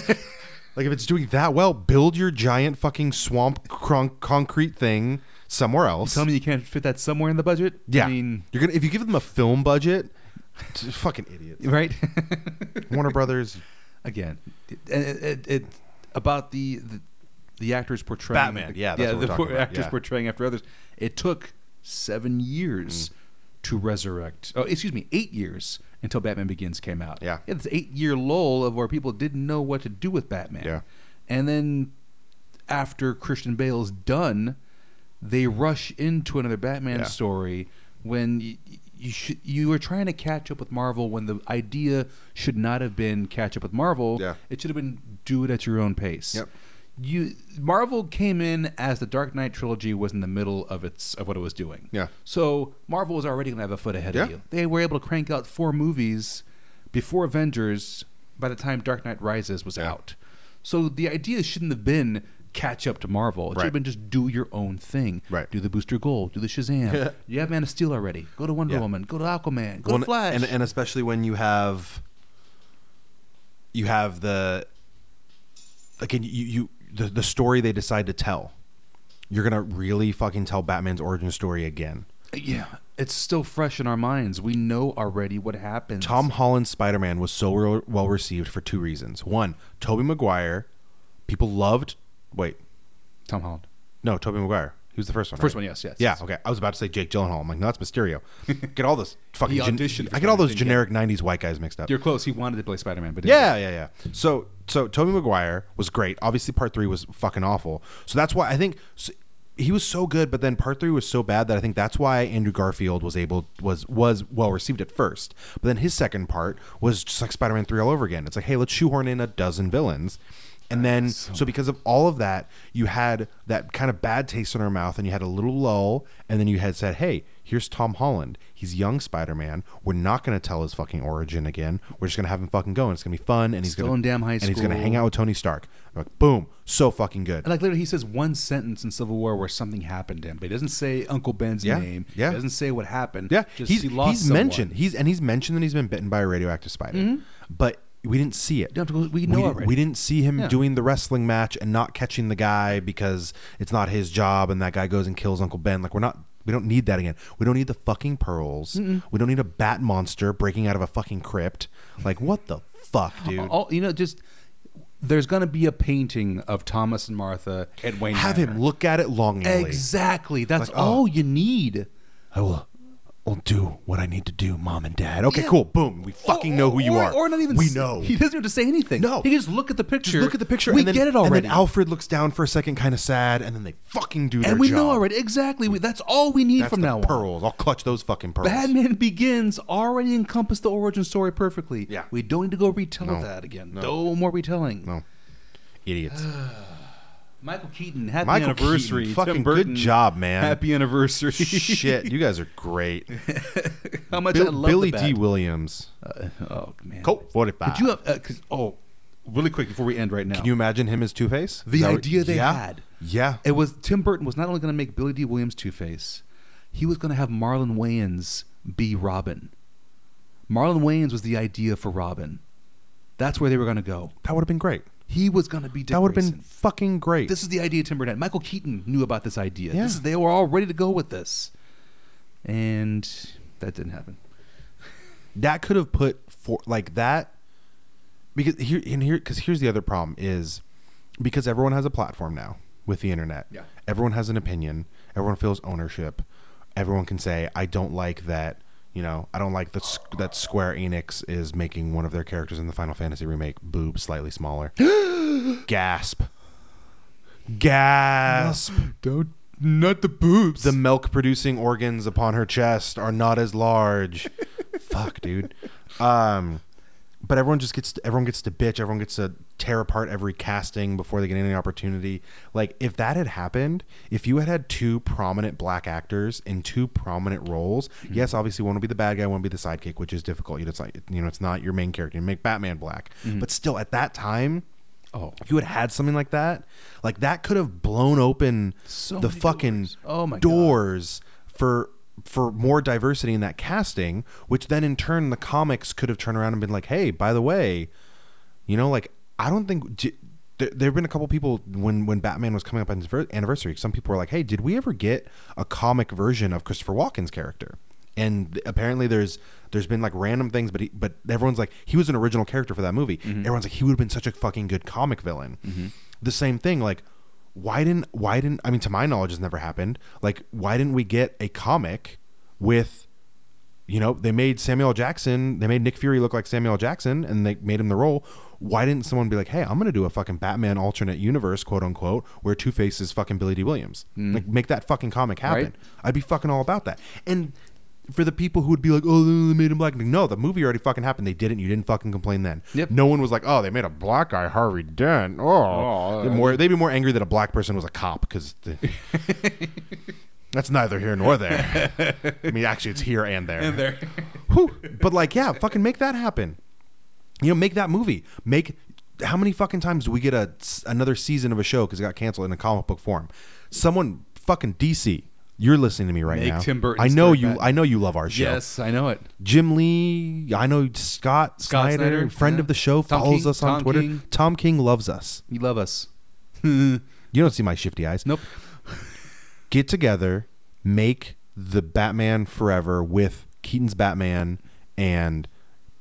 [SPEAKER 1] like if it's doing that well, build your giant fucking swamp cron- concrete thing somewhere else.
[SPEAKER 2] Tell me you can't fit that somewhere in the budget.
[SPEAKER 1] Yeah,
[SPEAKER 2] I mean,
[SPEAKER 1] you're gonna if you give them a film budget, t- fucking idiots.
[SPEAKER 2] right?
[SPEAKER 1] Warner Brothers,
[SPEAKER 2] Again, it, it, it, it- about the, the the actors portraying
[SPEAKER 1] Batman, yeah, that's
[SPEAKER 2] yeah,
[SPEAKER 1] what we're
[SPEAKER 2] the
[SPEAKER 1] talking
[SPEAKER 2] por-
[SPEAKER 1] about,
[SPEAKER 2] actors
[SPEAKER 1] yeah.
[SPEAKER 2] portraying after others. It took seven
[SPEAKER 1] Mm.
[SPEAKER 2] years to resurrect. Oh, excuse me, eight years until Batman Begins came out.
[SPEAKER 1] Yeah.
[SPEAKER 2] yeah this eight year lull of where people didn't know what to do with Batman.
[SPEAKER 1] Yeah.
[SPEAKER 2] and then after Christian Bale's done, they rush into another Batman
[SPEAKER 1] Mm-hmm. Yeah.
[SPEAKER 2] story when you, you should you were trying to catch up with Marvel when the idea should not have been catch up with Marvel.
[SPEAKER 1] Yeah.
[SPEAKER 2] It should have been do it at your own pace.
[SPEAKER 1] Yep.
[SPEAKER 2] You Marvel came in as the Dark Knight trilogy was in the middle of its of what it was doing.
[SPEAKER 1] Yeah.
[SPEAKER 2] So Marvel was already going to have a foot ahead of
[SPEAKER 1] Yeah.
[SPEAKER 2] you. They were able to crank out four movies before Avengers by the time Dark Knight Rises was
[SPEAKER 1] Yeah.
[SPEAKER 2] out. So the idea shouldn't have been catch up to Marvel. It should
[SPEAKER 1] Right.
[SPEAKER 2] have been just do your own thing.
[SPEAKER 1] Right.
[SPEAKER 2] Do the Booster Gold. Do the Shazam. you have Man of Steel already. Go to Wonder
[SPEAKER 1] Yeah.
[SPEAKER 2] Woman. Go to Aquaman. Go
[SPEAKER 1] Well,
[SPEAKER 2] to Flash.
[SPEAKER 1] and and especially when you have you have the again you you the, the story they decide to tell. You're gonna really fucking tell Batman's origin story again.
[SPEAKER 2] yeah, it's still fresh in our minds. We know already what happens.
[SPEAKER 1] Tom Holland's Spider Man was so re- well received for two reasons. One, Tobey Maguire, people loved. Wait,
[SPEAKER 2] Tom Holland.
[SPEAKER 1] no, Tobey Maguire. He was the first one.
[SPEAKER 2] First
[SPEAKER 1] right?
[SPEAKER 2] one, yes, yes.
[SPEAKER 1] Yeah,
[SPEAKER 2] yes.
[SPEAKER 1] okay. I was about to say Jake Gyllenhaal. I'm like, no, that's Mysterio. Get all those fucking.
[SPEAKER 2] He
[SPEAKER 1] gen-
[SPEAKER 2] auditioned for
[SPEAKER 1] I get all those
[SPEAKER 2] Spider-Man,
[SPEAKER 1] generic '90s white guys mixed up.
[SPEAKER 2] You're close. He wanted to play Spider Man, but didn't.
[SPEAKER 1] Yeah, yeah, yeah. So, so Toby Maguire was great. Obviously, part three was fucking awful. So that's why I think s he was so good, but then part three was so bad that I think that's why Andrew Garfield was able was was well received at first. But then his second part was just like Spider Man three all over again. It's like, hey, let's shoehorn in a dozen villains. And then, so because of all of that, you had that kind of bad taste in our mouth, and you had a little lull, and then you had said, "Hey, here's Tom Holland. He's young Spider-Man. We're not going to tell his fucking origin again. We're just going to have him fucking go, and it's going to be fun. And he's
[SPEAKER 2] Still
[SPEAKER 1] gonna,
[SPEAKER 2] in damn high
[SPEAKER 1] and he's going to
[SPEAKER 2] school.
[SPEAKER 1] hang out with Tony Stark. I'm like, boom, so fucking
[SPEAKER 2] And
[SPEAKER 1] good.
[SPEAKER 2] like literally, he says one sentence in Civil War where something happened to him, but he doesn't say Uncle Ben's
[SPEAKER 1] Yeah,
[SPEAKER 2] name.
[SPEAKER 1] yeah.
[SPEAKER 2] He doesn't say what happened.
[SPEAKER 1] Yeah,
[SPEAKER 2] Just
[SPEAKER 1] he's,
[SPEAKER 2] he lost
[SPEAKER 1] he's
[SPEAKER 2] someone.
[SPEAKER 1] mentioned. He's and he's mentioned that he's been bitten by a radioactive spider, but we didn't see it.
[SPEAKER 2] You don't have to go- we know
[SPEAKER 1] we,
[SPEAKER 2] already.
[SPEAKER 1] we didn't see him
[SPEAKER 2] Yeah.
[SPEAKER 1] doing the wrestling match and not catching the guy because it's not his job and that guy goes and kills Uncle Ben. Like we're not we don't need that again. We don't need the fucking pearls. We don't need a bat monster breaking out of a fucking crypt. Like what the fuck, dude?
[SPEAKER 2] All, you know, just there's going to be a painting of Thomas and Martha at Wayne.
[SPEAKER 1] Have
[SPEAKER 2] Manor.
[SPEAKER 1] him look at it longingly.
[SPEAKER 2] Exactly. That's
[SPEAKER 1] Like, oh.
[SPEAKER 2] all you need.
[SPEAKER 1] I will I'll do what I need to do, mom and dad. Okay,
[SPEAKER 2] Yeah.
[SPEAKER 1] cool. Boom. We fucking
[SPEAKER 2] Or-
[SPEAKER 1] know who you
[SPEAKER 2] or-
[SPEAKER 1] are.
[SPEAKER 2] Or not even.
[SPEAKER 1] We
[SPEAKER 2] s-
[SPEAKER 1] know.
[SPEAKER 2] He doesn't even have to say anything.
[SPEAKER 1] No.
[SPEAKER 2] He can just look at the picture.
[SPEAKER 1] Just look at the picture.
[SPEAKER 2] We
[SPEAKER 1] and then,
[SPEAKER 2] get it
[SPEAKER 1] and then
[SPEAKER 2] already.
[SPEAKER 1] Alfred looks down for a second, kind of sad, and then they fucking do their
[SPEAKER 2] And we know
[SPEAKER 1] job.
[SPEAKER 2] already. Exactly. We, that's all we need
[SPEAKER 1] That's
[SPEAKER 2] from
[SPEAKER 1] the
[SPEAKER 2] now on.
[SPEAKER 1] pearls. I'll clutch those fucking pearls.
[SPEAKER 2] Batman Begins already encompassed the origin story perfectly.
[SPEAKER 1] Yeah.
[SPEAKER 2] We don't need to go retell
[SPEAKER 1] No.
[SPEAKER 2] that again.
[SPEAKER 1] No.
[SPEAKER 2] No, more retelling.
[SPEAKER 1] No. Idiots.
[SPEAKER 2] Michael Keaton, happy
[SPEAKER 1] Michael
[SPEAKER 2] anniversary.
[SPEAKER 1] Keaton,
[SPEAKER 2] Tim
[SPEAKER 1] fucking
[SPEAKER 2] Burton,
[SPEAKER 1] good job, man.
[SPEAKER 2] Happy anniversary.
[SPEAKER 1] Shit, you guys are great.
[SPEAKER 2] How much I
[SPEAKER 1] Bill,
[SPEAKER 2] love
[SPEAKER 1] Billy
[SPEAKER 2] the
[SPEAKER 1] D.
[SPEAKER 2] Bat.
[SPEAKER 1] Williams,
[SPEAKER 2] Uh, oh man.
[SPEAKER 1] Colt 45.
[SPEAKER 2] Could you have? Uh, 'cause- oh, really quick before we end right now.
[SPEAKER 1] Can you imagine him as Two Face?
[SPEAKER 2] the idea they
[SPEAKER 1] yeah.
[SPEAKER 2] had.
[SPEAKER 1] Yeah.
[SPEAKER 2] It was Tim Burton was not only going to make Billy D. Williams Two Face, he was going to have Marlon Wayans be Robin. Marlon Wayans was the idea for Robin. That's where they were going to go.
[SPEAKER 1] That would have been great.
[SPEAKER 2] He was going to be. Dick
[SPEAKER 1] That would have been
[SPEAKER 2] Grayson.
[SPEAKER 1] fucking great.
[SPEAKER 2] This is the idea Tim Burton. had. Michael Keaton knew about this idea.
[SPEAKER 1] Yeah.
[SPEAKER 2] This is, they were all ready to go with this, and that didn't happen.
[SPEAKER 1] that could have put for like that because here and here because here's the other problem is because everyone has a platform now with the internet
[SPEAKER 2] Yeah.
[SPEAKER 1] everyone has an opinion everyone feels ownership everyone can say i don't like that you know i don't like that s- that square enix is making one of their characters in the final fantasy remake boob slightly smaller gasp gasp
[SPEAKER 2] Don't not the boobs.
[SPEAKER 1] the milk producing organs upon her chest are not as large. Fuck, dude. Um, but everyone just gets to, everyone gets to bitch. Everyone gets to tear apart every casting before they get any opportunity. Like if that had happened, if you had had two prominent black actors in two prominent roles, yes, obviously one will be the bad guy, one will be the sidekick, which is difficult. You know, it's like you know, it's not your main character. You make Batman black, but still at that time.
[SPEAKER 2] Oh.
[SPEAKER 1] if you had had something like that, like that could have blown open
[SPEAKER 2] So
[SPEAKER 1] the
[SPEAKER 2] many
[SPEAKER 1] fucking
[SPEAKER 2] doors. Oh my God.
[SPEAKER 1] doors for for more diversity in that casting, which then in turn the comics could have turned around and been like, "Hey, by the way, you know, like I don't think j- there, there have been a couple people when when Batman was coming up on his ver- anniversary. Some people were like, "Hey, did we ever get a comic version of Christopher Walken's character?" And th- apparently, there's there's been like random things, but he, but everyone's like, he was an original character for that movie. Everyone's like, he would have been such a fucking good comic villain. The same thing, like. Why didn't why didn't I mean to my knowledge it's never happened. Like why didn't we get a comic with you know, they made Samuel L. Jackson, they made Nick Fury look like Samuel L. Jackson and they made him the role. Why didn't someone be like, hey, I'm going to do a fucking Batman alternate universe, quote unquote, where Two Face is fucking Billy D. Williams? Like, make that fucking comic happen.
[SPEAKER 2] Hmm. Right.
[SPEAKER 1] I'd be fucking all about that. And for the people who would be like, oh, they made him black. No, the movie already fucking happened. They didn't. You didn't fucking complain then.
[SPEAKER 2] Yep.
[SPEAKER 1] No one was like, oh, they made a black guy Harvey Dent. Oh,
[SPEAKER 2] Oh,
[SPEAKER 1] They'd more, they'd be more angry that a black person was a cop because that's neither here nor there. I mean, actually, it's here and there.
[SPEAKER 2] And there.
[SPEAKER 1] Whew. But like, yeah, fucking make that happen. You know, make that movie. Make how many fucking times do we get a another season of a show because it got canceled in a comic book form? Someone fucking DC. You're listening to me right
[SPEAKER 2] Make
[SPEAKER 1] now.
[SPEAKER 2] Tim Burton's
[SPEAKER 1] I know
[SPEAKER 2] third
[SPEAKER 1] you.
[SPEAKER 2] Batman.
[SPEAKER 1] I know you love our show.
[SPEAKER 2] Yes, I know it.
[SPEAKER 1] Jim Lee. I know Scott,
[SPEAKER 2] Scott
[SPEAKER 1] Snyder,
[SPEAKER 2] Snyder,
[SPEAKER 1] friend
[SPEAKER 2] yeah.
[SPEAKER 1] of the show,
[SPEAKER 2] Tom
[SPEAKER 1] follows
[SPEAKER 2] King-
[SPEAKER 1] us on
[SPEAKER 2] Tom
[SPEAKER 1] Twitter.
[SPEAKER 2] King.
[SPEAKER 1] Tom King loves us.
[SPEAKER 2] You love us.
[SPEAKER 1] You don't see my shifty eyes.
[SPEAKER 2] Nope.
[SPEAKER 1] get together, make the Batman Forever with Keaton's Batman and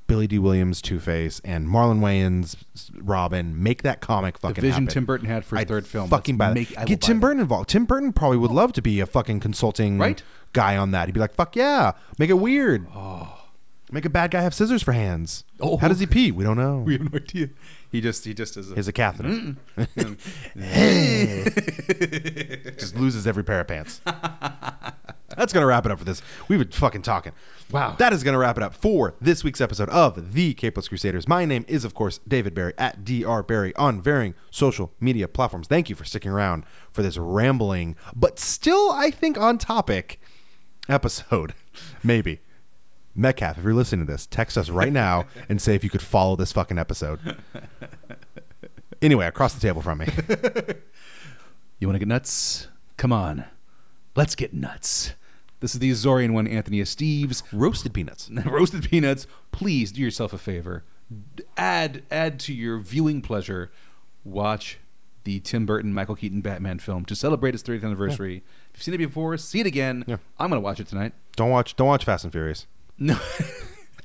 [SPEAKER 1] Billy D. Williams Two Face and Marlon Wayans Robin. Make that comic
[SPEAKER 2] The
[SPEAKER 1] fucking
[SPEAKER 2] vision
[SPEAKER 1] happen.
[SPEAKER 2] Tim Burton had for his
[SPEAKER 1] I'd
[SPEAKER 2] third film.
[SPEAKER 1] Fucking buy
[SPEAKER 2] Let's
[SPEAKER 1] that.
[SPEAKER 2] make- I will
[SPEAKER 1] Get
[SPEAKER 2] buy
[SPEAKER 1] Tim
[SPEAKER 2] that.
[SPEAKER 1] Burton involved. Tim Burton probably would love to be a fucking consulting
[SPEAKER 2] Right?
[SPEAKER 1] guy on that. He'd be like, "Fuck yeah, make it weird. Make a bad guy have scissors for hands.
[SPEAKER 2] Oh.
[SPEAKER 1] How does he pee? We don't know.
[SPEAKER 2] We have no idea. He just he just is a,
[SPEAKER 1] He's a catheter. Just loses every pair of pants. That's gonna wrap it up for this. We've been fucking talking.
[SPEAKER 2] Wow.
[SPEAKER 1] That is gonna wrap it up for this week's episode of the Capeless Crusaders. My name is, of course, David Barry at Dr. Barry on varying social media platforms. Thank you for sticking around for this rambling, but still, I think on topic episode. Maybe. Metcalf, if you're listening to this, text us right now and say if you could follow this fucking episode. Anyway, across the table from me.
[SPEAKER 2] You want to get nuts? Come on. Let's get nuts. This is the Azorian one, Anthony Esteves.
[SPEAKER 1] Roasted peanuts.
[SPEAKER 2] Roasted peanuts. Please do yourself a favor. D- Add add to your viewing pleasure. Watch the Tim Burton Michael Keaton Batman film to celebrate its 30th anniversary. If you've seen it before, see it again.
[SPEAKER 1] Yeah.
[SPEAKER 2] I'm gonna watch it tonight.
[SPEAKER 1] Don't watch don't watch Fast and Furious.
[SPEAKER 2] No.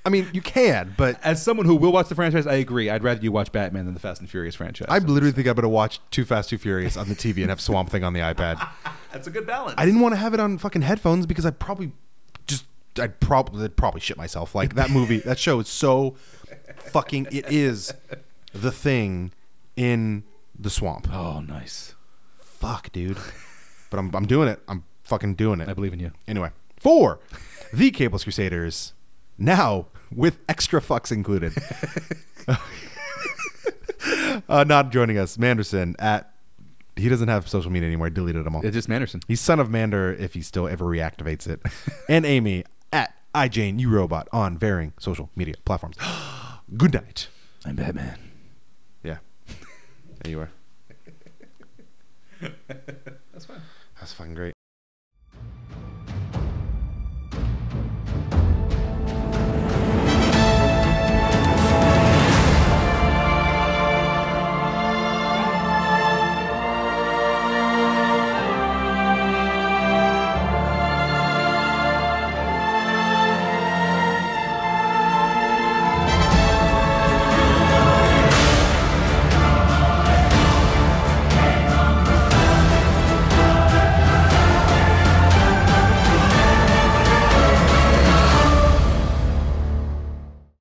[SPEAKER 1] I mean, you can, but
[SPEAKER 2] As someone who will watch the franchise, I agree. I'd rather you watch Batman than the Fast and Furious franchise.
[SPEAKER 1] I literally think I'm gonna watch Too Fast Too Furious on the TV and have Swamp Thing on the iPad.
[SPEAKER 2] That's a good balance.
[SPEAKER 1] I didn't want to have it on fucking headphones because I probably just I'd probably I'd probably shit myself. Like that movie, that show is so fucking it is the thing in the swamp.
[SPEAKER 2] oh, nice.
[SPEAKER 1] Fuck, dude. But I'm I'm doing it. I'm fucking doing it.
[SPEAKER 2] I believe in you.
[SPEAKER 1] Anyway, for the Cables Crusaders, now with extra fucks included. uh, not joining us, Manderson at. He doesn't have social media anymore. I deleted them all.
[SPEAKER 2] It's just Manderson.
[SPEAKER 1] He's son of Mander if he still ever reactivates it. and Amy at iJane URobot on varying social media platforms. Good night.
[SPEAKER 2] I'm Batman.
[SPEAKER 1] Yeah. There you are.
[SPEAKER 2] That's fine.
[SPEAKER 1] That's fucking great.